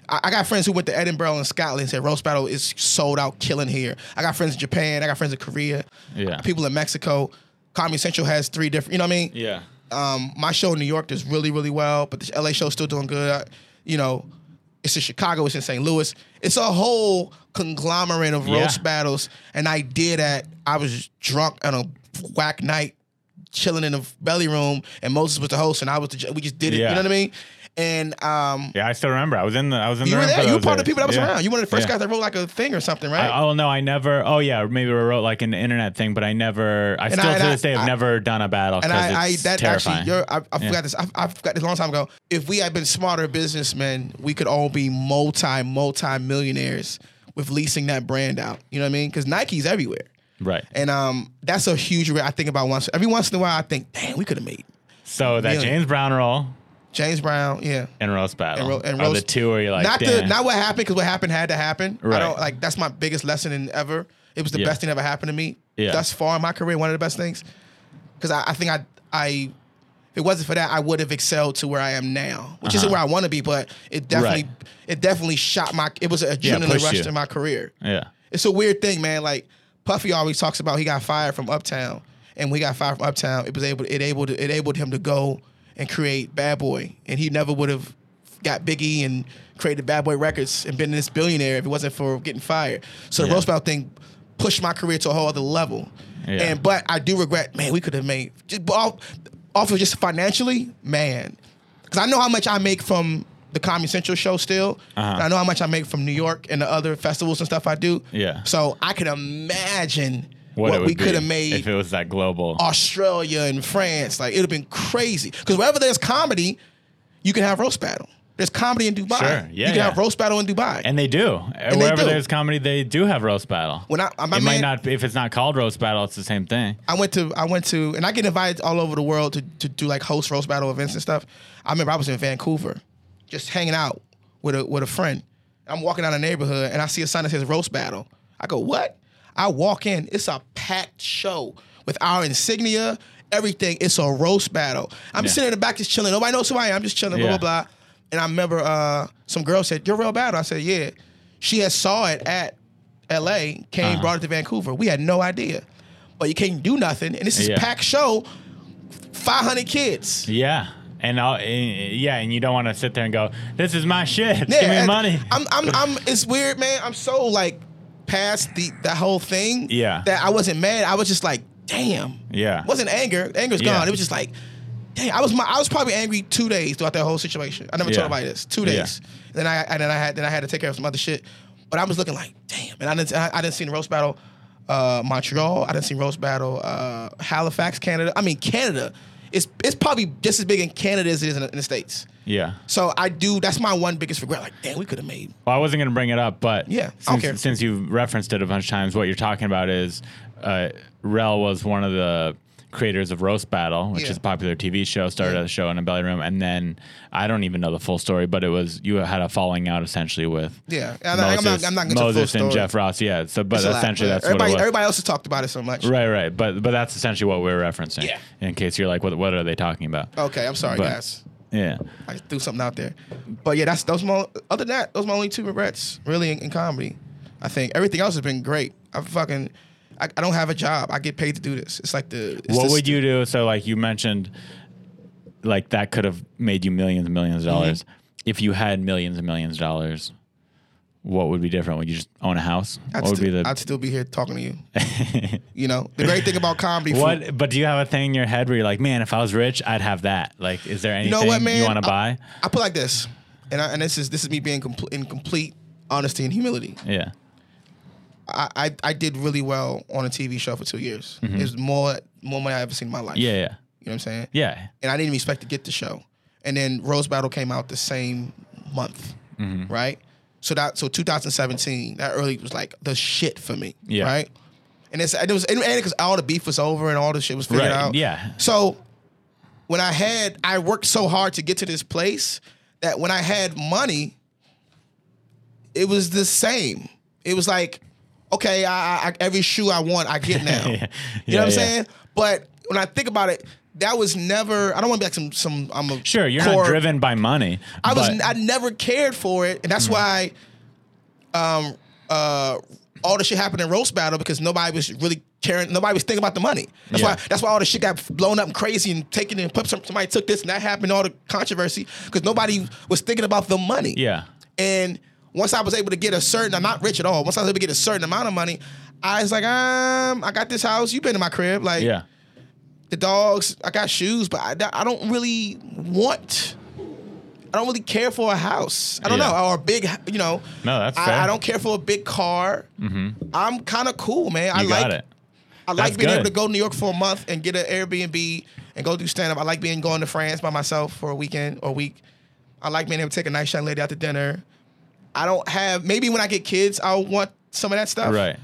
S5: I, I got friends who went to Edinburgh and Scotland and said roast battle is sold out, killing here. I got friends in Japan. I got friends in Korea.
S6: Yeah.
S5: People in Mexico. Comedy Central has three different. You know what I mean?
S6: Yeah.
S5: Um, my show in New York does really, really well, but the LA show's still doing good. I, you know, it's in Chicago, it's in St. Louis. It's a whole conglomerate of
S6: Yeah.
S5: roast battles. An idea that I was drunk on a whack night, chilling in the belly room, and Moses was the host, and I was the, ju- we just did it.
S6: Yeah.
S5: You know what I mean? And um,
S6: Yeah, I still remember. I was in the. I was in
S5: you
S6: the
S5: were
S6: room for
S5: there. You were
S6: those
S5: part of the
S6: days.
S5: people that was
S6: Yeah.
S5: around. You were one of the first
S6: Yeah.
S5: guys that wrote like a thing or something, right?
S6: I, oh no, I never. Oh yeah, maybe we wrote like an internet thing, but I never. I
S5: And
S6: still
S5: I- and
S6: to
S5: I-
S6: this day have
S5: I-
S6: never done a battle.
S5: And
S6: 'cause
S5: I, I
S6: it's
S5: that
S6: terrifying.
S5: actually, you're, I, I forgot this. I, I forgot this a long time ago. If we had been smarter businessmen, we could all be multi multi millionaires with leasing that brand out. You know what I mean? Because Nike's everywhere,
S6: right.
S5: and um, that's a huge. re- I think about once every once in a while. I think, damn, we could have made
S6: So that
S5: Yeah.
S6: James Brown roll
S5: James Brown. Yeah.
S6: and roast battle
S5: And, ro- and
S6: are the
S5: roast,
S6: two where you're like,
S5: not
S6: damn.
S5: the not what happened because what happened had to happen. I
S6: Right.
S5: don't like that's my biggest lesson in ever. It was the
S6: Yeah.
S5: best thing that ever happened to me
S6: Yeah.
S5: thus far in my career. One of the best things because I, I think I I if it wasn't for that I would have excelled to where I am now, which isn't where I want to be, but it definitely
S6: Uh-huh. Right.
S5: it definitely shot my it was an
S6: Yeah,
S5: adrenaline
S6: pushed
S5: rush
S6: you.
S5: in my career.
S6: yeah.
S5: It's a weird thing, man. Like Puffy always talks about he got fired from Uptown, and we got fired from Uptown. It was able, it able, to, it enabled him to go and create Bad Boy, and he never would have got Biggie and created Bad Boy Records and been this billionaire if it wasn't for getting fired. So the
S6: Yeah.
S5: roast battle thing pushed my career to a whole other level.
S6: Yeah.
S5: And but I do regret, man, we could have made just but off, off of just financially, man, because I know how much I make from. The Comedy Central show still.
S6: Uh-huh.
S5: And I know how much I make from New York and the other festivals and stuff I do.
S6: Yeah.
S5: So I can imagine
S6: What,
S5: what,
S6: it would
S5: we
S6: be
S5: could have made
S6: if it was that global.
S5: Australia and France. Like it would have been crazy. Because wherever there's comedy, you can have roast battle. There's comedy in Dubai.
S6: Sure.
S5: You
S6: Yeah,
S5: can
S6: yeah.
S5: have roast battle in Dubai.
S6: And they do.
S5: they
S6: Wherever
S5: do.
S6: there's comedy, they do have roast battle.
S5: When I-
S6: it
S5: my
S6: might
S5: man-
S6: not if it's not called roast battle, it's the same thing.
S5: I went to I went to and I get invited all over the world to, to do like host roast battle events and stuff. I remember I was in Vancouver, just hanging out with a with a friend. I'm walking down a neighborhood and I see a sign that says roast battle. I go, what? I walk in, it's a packed show with our insignia, everything. It's a roast battle. I'm
S6: Yeah.
S5: sitting in the back just chilling. Nobody knows who I am. I'm just chilling,
S6: Yeah.
S5: blah blah blah. And I remember uh, some girl said, "You're real battle." I said, "Yeah." She had saw it at LA, came, brought it to Vancouver. We had no idea. But you can't do nothing. And this is
S6: Yeah.
S5: packed show, 500 kids.
S6: Yeah. And I'll, eh, yeah, and you don't want to sit there and go, "This is my shit. Give me
S5: and
S6: money."
S5: I'm, I'm, I'm, it's weird, man. I'm so like past the, the whole thing
S6: Yeah.
S5: that I wasn't mad. I was just like, damn.
S6: Yeah.
S5: It wasn't anger. Anger's
S6: Yeah.
S5: gone. It was just like, dang, I was my, I was probably angry two days throughout that whole situation. I never
S6: Yeah.
S5: told anybody this. Two
S6: Yeah.
S5: days. Then I and then I had then I had to take care of some other shit. But I was looking like, damn, and I didn't I, I didn't see the roast battle uh, Montreal. I done seen roast battle uh, Halifax, Canada. I mean Canada. It's it's probably just as big in Canada as it is in, the- in the states.
S6: Yeah.
S5: So I do. That's my one biggest regret. Like, damn, we could have made.
S6: Well, I wasn't going to bring it up, but
S5: Yeah, I don't
S6: since,
S5: care.
S6: since you've referenced it a bunch of times, what you're talking about is uh, Rel was one of the creators of Roast Battle, which
S5: Yeah.
S6: is a popular TV show, started
S5: Yeah.
S6: a show in a belly room. And then I don't even know the full story, but it was you had a falling out essentially with
S5: Yeah, I- I- I'm not-
S6: Moses,
S5: I'm not gonna tell the
S6: Moses
S5: full
S6: and
S5: story.
S6: Jeff Ross. Yeah. So, but
S5: It's a lot,
S6: essentially,
S5: but
S6: that's what it
S5: everybody.
S6: was.
S5: Everybody else has talked about it so much.
S6: Right, right, but but that's essentially what we're referencing.
S5: Yeah.
S6: In case you're like, what what are they talking about?
S5: Okay, I'm sorry,
S6: But-
S5: guys.
S6: Yeah.
S5: I just threw something out there. But yeah, that's those my other than that, those my only two regrets really in, in comedy. I think everything else has been great. I fucking I, I don't have a job. I get paid to do this. It's like the it's
S6: what
S5: the-
S6: would you do? So like you mentioned, like that could have made you millions and millions
S5: Mm-hmm.
S6: of dollars. If you had millions and millions of dollars, what would be different? Would you just own a house?
S5: I'd,
S6: what would
S5: still,
S6: be the
S5: I'd still be here talking to you. you know, the great thing about comedy. for-
S6: what? But do you have a thing in your head where you're like, man, if I was rich, I'd have that. Like, is there anything
S5: you
S6: you,
S5: know what, man?
S6: want to buy?
S5: I, I put it like this, and I, and this is this is me being compl- in complete honesty and humility.
S6: Yeah.
S5: I, I I did really well on a TV show for two years. It was more more money I ever seen in my life.
S6: Mm-hmm. Yeah.
S5: you know
S6: Yeah.
S5: what I'm saying.
S6: Yeah.
S5: and I didn't even expect to get the show. And then Rose Battle came out the same month,
S6: Mm-hmm.
S5: right? So that so 2017, that early was like the shit for me,
S6: Yeah.
S5: right? And it's it was and because all the beef was over and all the shit was figured
S6: Right,
S5: out,
S6: yeah.
S5: So when I had, I worked so hard to get to this place that when I had money, it was the same. It was like, okay, I, I- I every shoe I want, I get now.
S6: Yeah.
S5: You know
S6: Yeah,
S5: what I'm
S6: yeah.
S5: saying? But when I think about it, that was never. I don't want to be like some some. I'm a
S6: Sure. You're
S5: core-
S6: not driven by money.
S5: I was.
S6: but- Mm-hmm.
S5: I never cared for it, and that's why, um, uh, all the shit happened in roast battle because nobody was really caring. Nobody was thinking about the money. That's
S6: Yeah.
S5: why. That's why all the shit got blown up and crazy and taken and put. Somebody took this and that happened. All the controversy because nobody was thinking about the money.
S6: yeah.
S5: And once I was able to get a certain, I'm not rich at all. Once I was able to get a certain amount of money, I was like, um, I got this house. You've been in my crib, like
S6: Yeah.
S5: the dogs. I got shoes, but I, I don't really want. I don't really care for a house. I don't
S6: Yeah.
S5: know, or a big, you know.
S6: No, that's fair. Mm-hmm.
S5: I, I don't care for a big car. I'm kind of cool, man. I
S6: You
S5: like
S6: got it.
S5: I like
S6: That's
S5: being able
S6: good.
S5: to go to New York for a month and get an Airbnb and go do stand up. I like being going to France by myself for a weekend or week. I like being able to take a nice young lady out to dinner. I don't have maybe when I get kids, I'll want some of that stuff.
S6: Right.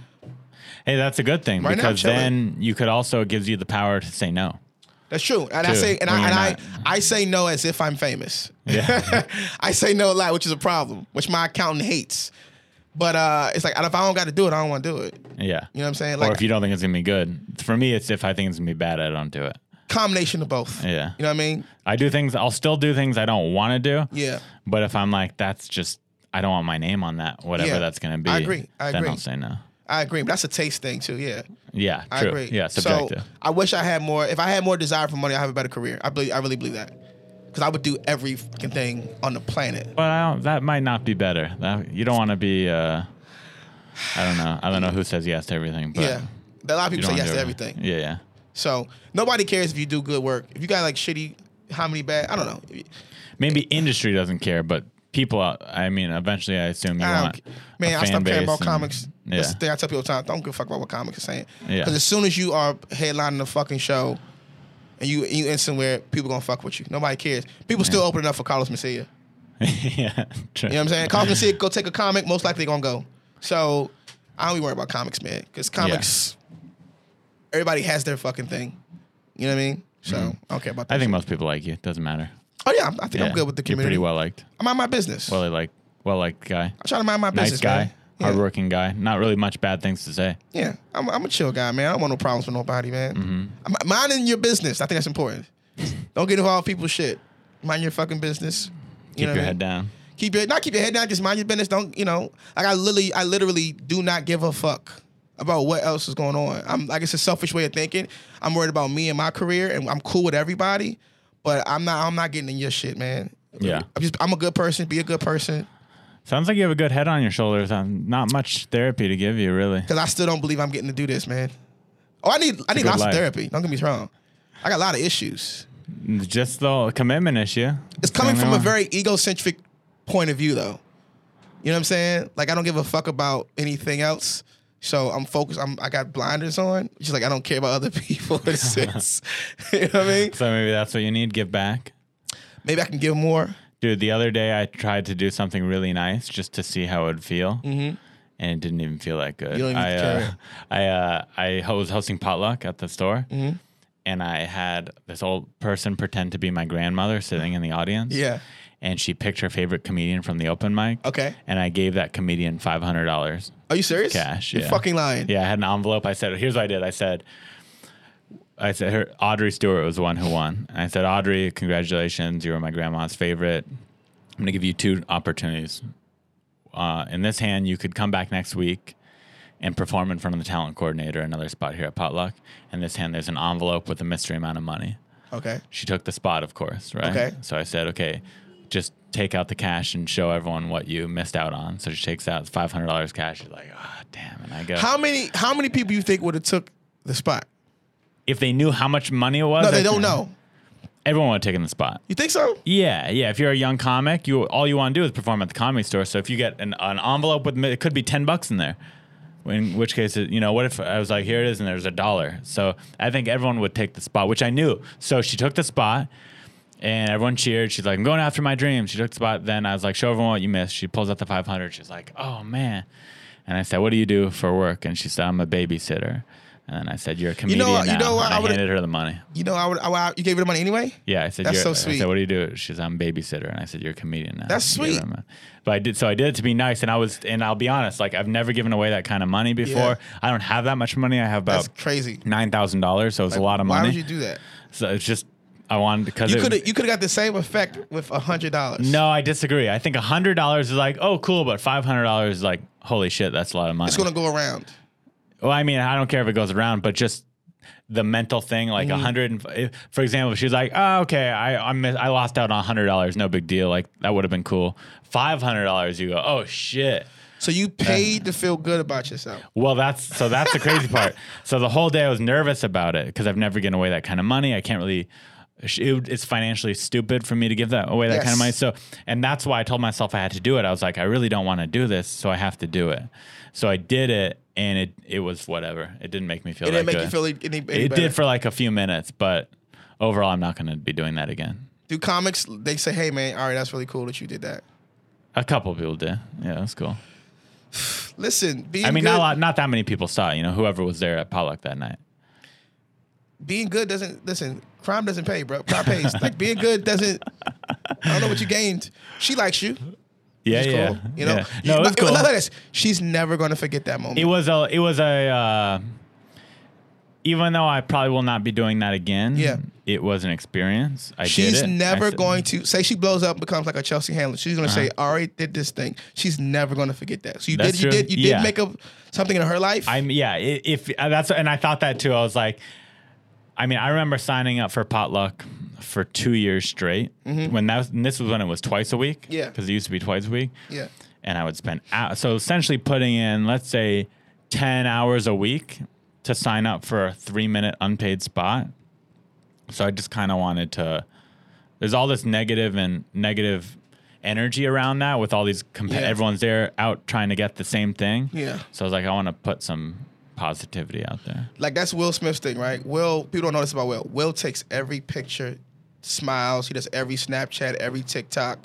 S6: Hey, that's a good thing
S5: Right now, I'm
S6: because
S5: chilling.
S6: then you could also it gives you the power to say no.
S5: That's true. And I
S6: Dude,
S5: say and I
S6: when
S5: and
S6: you're
S5: I,
S6: not-
S5: I say no as if I'm famous.
S6: Yeah.
S5: I say no a lot, which is a problem, which my accountant hates. But uh, it's like if I don't got to do it, I don't want to do it.
S6: Yeah.
S5: You know what I'm saying?
S6: or
S5: Like-
S6: if you don't think it's gonna be good. For me, it's if I think it's gonna be bad, I don't do it.
S5: Combination of both.
S6: Yeah.
S5: You know what I mean?
S6: I do things. I'll still do things I don't want to do.
S5: Yeah.
S6: But if I'm like, that's just, I don't want my name on that. Whatever
S5: Yeah.
S6: that's gonna be.
S5: I agree. I
S6: then
S5: agree.
S6: I'll say no.
S5: I agree. But that's a taste thing too. Yeah.
S6: Yeah. True.
S5: I agree.
S6: Yeah. Subjective.
S5: So I wish I had more. If I had more desire for money, I would have a better career. I believe. I really believe that. Because I would do every fucking thing on the planet.
S6: but I don't, that might not be better. That, you don't want to be. Uh, I don't know. I don't know who says yes to everything. But
S5: yeah. A lot of
S6: you don't
S5: people say
S6: wanna
S5: yes
S6: do
S5: to
S6: it.
S5: everything.
S6: Yeah. Yeah.
S5: So nobody cares if you do good work. If you got like shitty, how many bad? I don't know.
S6: Maybe industry doesn't care, but people. out- I mean, eventually, I assume you
S5: I don't
S6: want.
S5: ca- man,
S6: a
S5: I
S6: fan
S5: stopped caring
S6: base
S5: about
S6: and-
S5: comics.
S6: Yeah.
S5: That's the thing I tell people all the time. Don't give a fuck about what comics are saying. Because
S6: Yeah.
S5: as soon as you are headlining the fucking show, and you you in somewhere, people gonna fuck with you. Nobody cares. People still opening up for Carlos Mencia.
S6: yeah. True.
S5: You know what I'm saying? Call and see go take a comic, most likely gonna go. So I don't be worried about comics, man. Cause comics everybody has their fucking thing. You know what I mean? So I don't care about that.
S6: Mm-hmm. I think
S5: shit.
S6: most people like you. It doesn't matter.
S5: Oh yeah, I think
S6: Yeah.
S5: I'm good with the
S6: You're
S5: community.
S6: pretty well liked.
S5: I mind my business.
S6: Well liked. Well liked guy.
S5: I try to mind my
S6: Nice
S5: business.
S6: guy.
S5: man. Yeah.
S6: Hardworking guy. Not really much bad things to say.
S5: Yeah, I'm, I'm a chill guy, man. I don't want no problems with nobody, man.
S6: Mm-hmm.
S5: I'm- Minding your business, I think that's important. don't get involved in people's shit. Mind your fucking business.
S6: Keep your head
S5: down.
S6: down.
S5: keep your not keep your head down, just mind your business. Don't you know? Like I literally, I literally do not give a fuck about what else is going on. I'm like it's a selfish way of thinking. I'm worried about me and my career, and I'm cool with everybody, but I'm not. I'm not getting in your shit, man.
S6: Yeah.
S5: I'm just. I'm a good person. Be a good person,
S6: Sounds like you have a good head on your shoulders. Um, not much therapy to give you, really.
S5: because I still don't believe I'm getting to do this, man. Oh, I need. I need
S6: good
S5: lots
S6: life.
S5: of therapy. Don't get me wrong. I got a lot of issues.
S6: Just the commitment issue.
S5: It's coming from a
S6: Commitment.
S5: very egocentric point of view, though. You know what I'm saying? Like I don't give a fuck about anything else. So I'm focused. I'm I got blinders on. Just like I don't care about other people. in a sense. you know what I mean?
S6: So maybe that's what you need. Give back.
S5: Maybe I can give more.
S6: Dude, the other day I tried to do something really nice just to see how it would feel. Mm-hmm. And it didn't even feel that good.
S5: You don't even
S6: I,
S5: care.
S6: uh, I, uh, I ho- was hosting potluck at the store.
S5: Mm-hmm.
S6: And I had this old person pretend to be my grandmother sitting in the audience.
S5: Yeah.
S6: And she picked her favorite comedian from the open mic.
S5: Okay.
S6: And I gave that comedian $500.
S5: Are you serious?
S6: Cash,
S5: You're
S6: yeah.
S5: fucking lying.
S6: Yeah, I had an envelope. I said, here's what I did. I said, I said, her, Audrey Stewart was the one who won. And I said, Audrey, congratulations. You were my grandma's favorite. I'm going to give you two opportunities. Uh, in this hand, you could come back next week and perform in front of the talent coordinator, another spot here at Potluck. In this hand, there's an envelope with a mystery amount of money.
S5: Okay.
S6: She took the spot, of course, right?
S5: Okay.
S6: So I said, okay, just take out the cash and show everyone what you missed out on. So she takes out $500 cash. She's like, ah, damn. And I go,
S5: How many how many people you think would have took the spot?
S6: if they knew how much money it was,
S5: No, they
S6: I
S5: don't
S6: think
S5: know.
S6: Everyone would have taken the spot.
S5: You think so?
S6: Yeah, yeah. If you're a young comic, you all you want to do is perform at the comedy store. So if you get an, an envelope with it could be ten bucks in there, in which case it- you know what if I was like here it is and there's a dollar. So I think everyone would take the spot, which I knew. So she took the spot. And everyone cheered. She's like, "I'm going after my dream." She took the spot. Then I was like, "Show everyone what you missed." She pulls out the 500. She's like, "Oh man!" And I said, "What do you do for work?" And she said, "I'm a babysitter." And then I said, "You're a
S5: know
S6: comedian
S5: what- you
S6: now."
S5: know what?
S6: And
S5: I
S6: I
S5: would've-
S6: handed her the money.
S5: You know I would I, would- you gave her the money anyway?
S6: Yeah, I said
S5: That's
S6: you're,
S5: so
S6: I
S5: sweet.
S6: said, "What do you do?" She's, "I'm a babysitter," and I said, "You're a comedian now."
S5: That's
S6: You give
S5: sweet.
S6: them a- But I did, so I did it to be nice, and I was, and I'll be honest, like I've never given away that kind of money before. I don't have that much money. I have
S5: That's
S6: about
S5: crazy.
S6: nine thousand dollars, so it's a lot of money.
S5: Why would you do that?
S6: so it's just I wanted because
S5: You could have you could have got the same effect with a hundred dollars.
S6: No, I disagree. I think hundred dollars is like, oh, cool, but five hundred dollars is like, holy shit, that's a lot of money.
S5: It's gonna go around.
S6: Well, I mean, I don't care if it goes around, but just the mental thing, like
S5: Mm-hmm.
S6: a hundred. and- if- For example, if she's like, "Oh, okay, I I, miss, I lost out on hundred dollars. No big deal. Like that would have been cool. Five hundred dollars, you go, oh shit.
S5: So you paid to feel good about yourself.
S6: Well, that's so that's the crazy part. So the whole day I was nervous about it because I've never given away that kind of money. I can't really. It, would- it's financially stupid for me to give that away that kind
S5: Yes.
S6: of money. So, and that's why I told myself I had to do it. I was like, I really don't want to do this, so I have to do it. So I did it, and it it was whatever. It didn't make me feel.
S5: It didn't
S6: that
S5: make you
S6: good.
S5: feel any, any, any
S6: it
S5: better.
S6: did for like a few minutes, but overall, I'm not going to be doing that again.
S5: Do comics they say, hey man, all right, that's really cool that you did that.
S6: A couple people did. Yeah, that's cool.
S5: Listen, being
S6: I mean,
S5: good,
S6: not a lot, not that many people saw. it, You know, whoever was there at Pollock that night.
S5: being good doesn't listen. Crime doesn't pay, bro. Crime pays. like being good doesn't. I don't know what you gained. She likes you.
S6: Yeah,
S5: It's
S6: yeah,
S5: cool. You know,
S6: yeah. No, it was cool.
S5: like this. She's never gonna forget that moment.
S6: It was a. It was a. Uh, even though I probably will not be doing that again.
S5: Yeah.
S6: It was an experience. I did
S5: She's
S6: it. I
S5: never
S6: said-
S5: going to say she blows up and becomes like a Chelsea Handler. She's gonna say, "Ari did this thing." She's never gonna forget that. So you
S6: Uh-huh. That's
S5: did,
S6: true.
S5: you did, you
S6: Yeah.
S5: did make up something in her life.
S6: I'm yeah. i- If uh, that's and I thought that too. I was like, I mean, I remember signing up for potluck for two years straight. When that was, and this was when it was twice a week.
S5: Mm-hmm. Yeah.
S6: because it used to be twice a week.
S5: yeah,
S6: and I would spend hou- so essentially putting in let's say ten hours a week to sign up for a three minute unpaid spot. So I just kind of wanted to. There's all this negative and negative energy around that with all these compa-
S5: Yeah.
S6: everyone's there out trying to get the same thing.
S5: Yeah.
S6: So I was like, I want to put some positivity out there.
S5: like that's Will Smith's thing, right? Will people don't know this about Will. Will takes every picture, smiles. He does every Snapchat, every TikTok,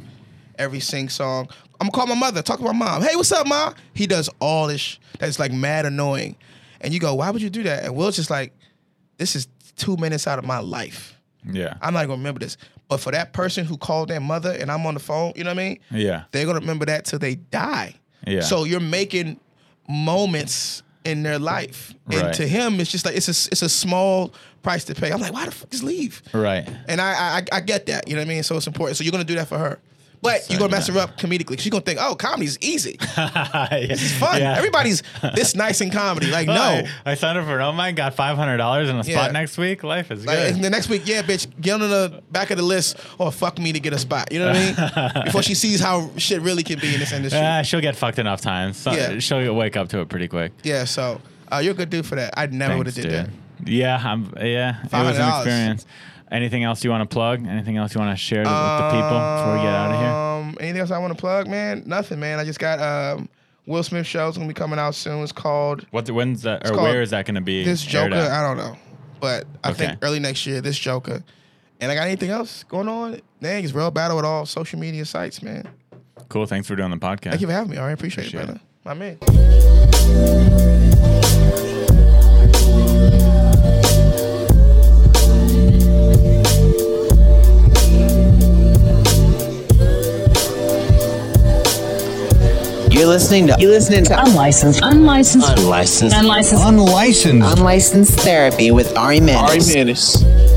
S5: every sing song. I'm gonna call my mother, talk to my mom. Hey, what's up, ma? He does all this. Sh- that's like mad annoying, and you go, "Why would you do that?" And Will's just like, "This is two minutes out of my life."
S6: Yeah.
S5: I'm not gonna remember this. But for that person who called their mother and I'm on the phone, you know what I mean?
S6: Yeah.
S5: They're gonna remember that till they die.
S6: Yeah.
S5: So you're making moments in their life. And
S6: Right.
S5: to him, it's just like it's a it's a small price to pay. I'm like, why the fuck just leave?
S6: right.
S5: And I, I I get that, you know what I mean? So it's important. So you're gonna do that for her. But you're gonna mess her up comedically. She's gonna think, oh, comedy's easy.
S6: This is
S5: Fun. Everybody's this nice in comedy. Like, no.
S6: I, I signed up for an oh my god five hundred dollars in a
S5: Yeah.
S6: spot next week. Life is
S5: Like,
S6: good.
S5: and the next week, yeah, bitch, get on the back of the list or fuck me to get a spot. You know what I mean? Before she sees how shit really can be in this industry.
S6: Uh, she'll get fucked enough times. So
S5: Yeah.
S6: She'll get- wake up to it pretty quick.
S5: yeah, so uh, you're a good dude for that. I never would have
S6: Thanks,
S5: did that.
S6: dude. Yeah, I'm, yeah. It was an
S5: $500.
S6: experience. Anything else you want to plug? Anything else you want to share
S5: Uh,
S6: with the people before we get out of here?
S5: Um, anything else I want to plug, man? Nothing, man. I just got um, Will Smith show is gonna be coming out soon. It's called
S6: What? When's that? Or
S5: called
S6: where is that going to be?
S5: This
S6: aired
S5: Joker.
S6: at?
S5: I don't know, but I
S6: Okay.
S5: think early next year, this Joker. And I got anything else going on? Dang, it's real battle with all social media sites, man.
S6: Cool. Thanks for doing the podcast.
S5: Thank you for having me. All right, appreciate,
S6: Appreciate
S5: it, brother. My man.
S3: You're listening to you listening to
S8: Unlicensed. Unlicensed.
S3: unlicensed
S8: Unlicensed.
S9: Unlicensed.
S3: unlicensed therapy with Ari Manis.
S9: Menace.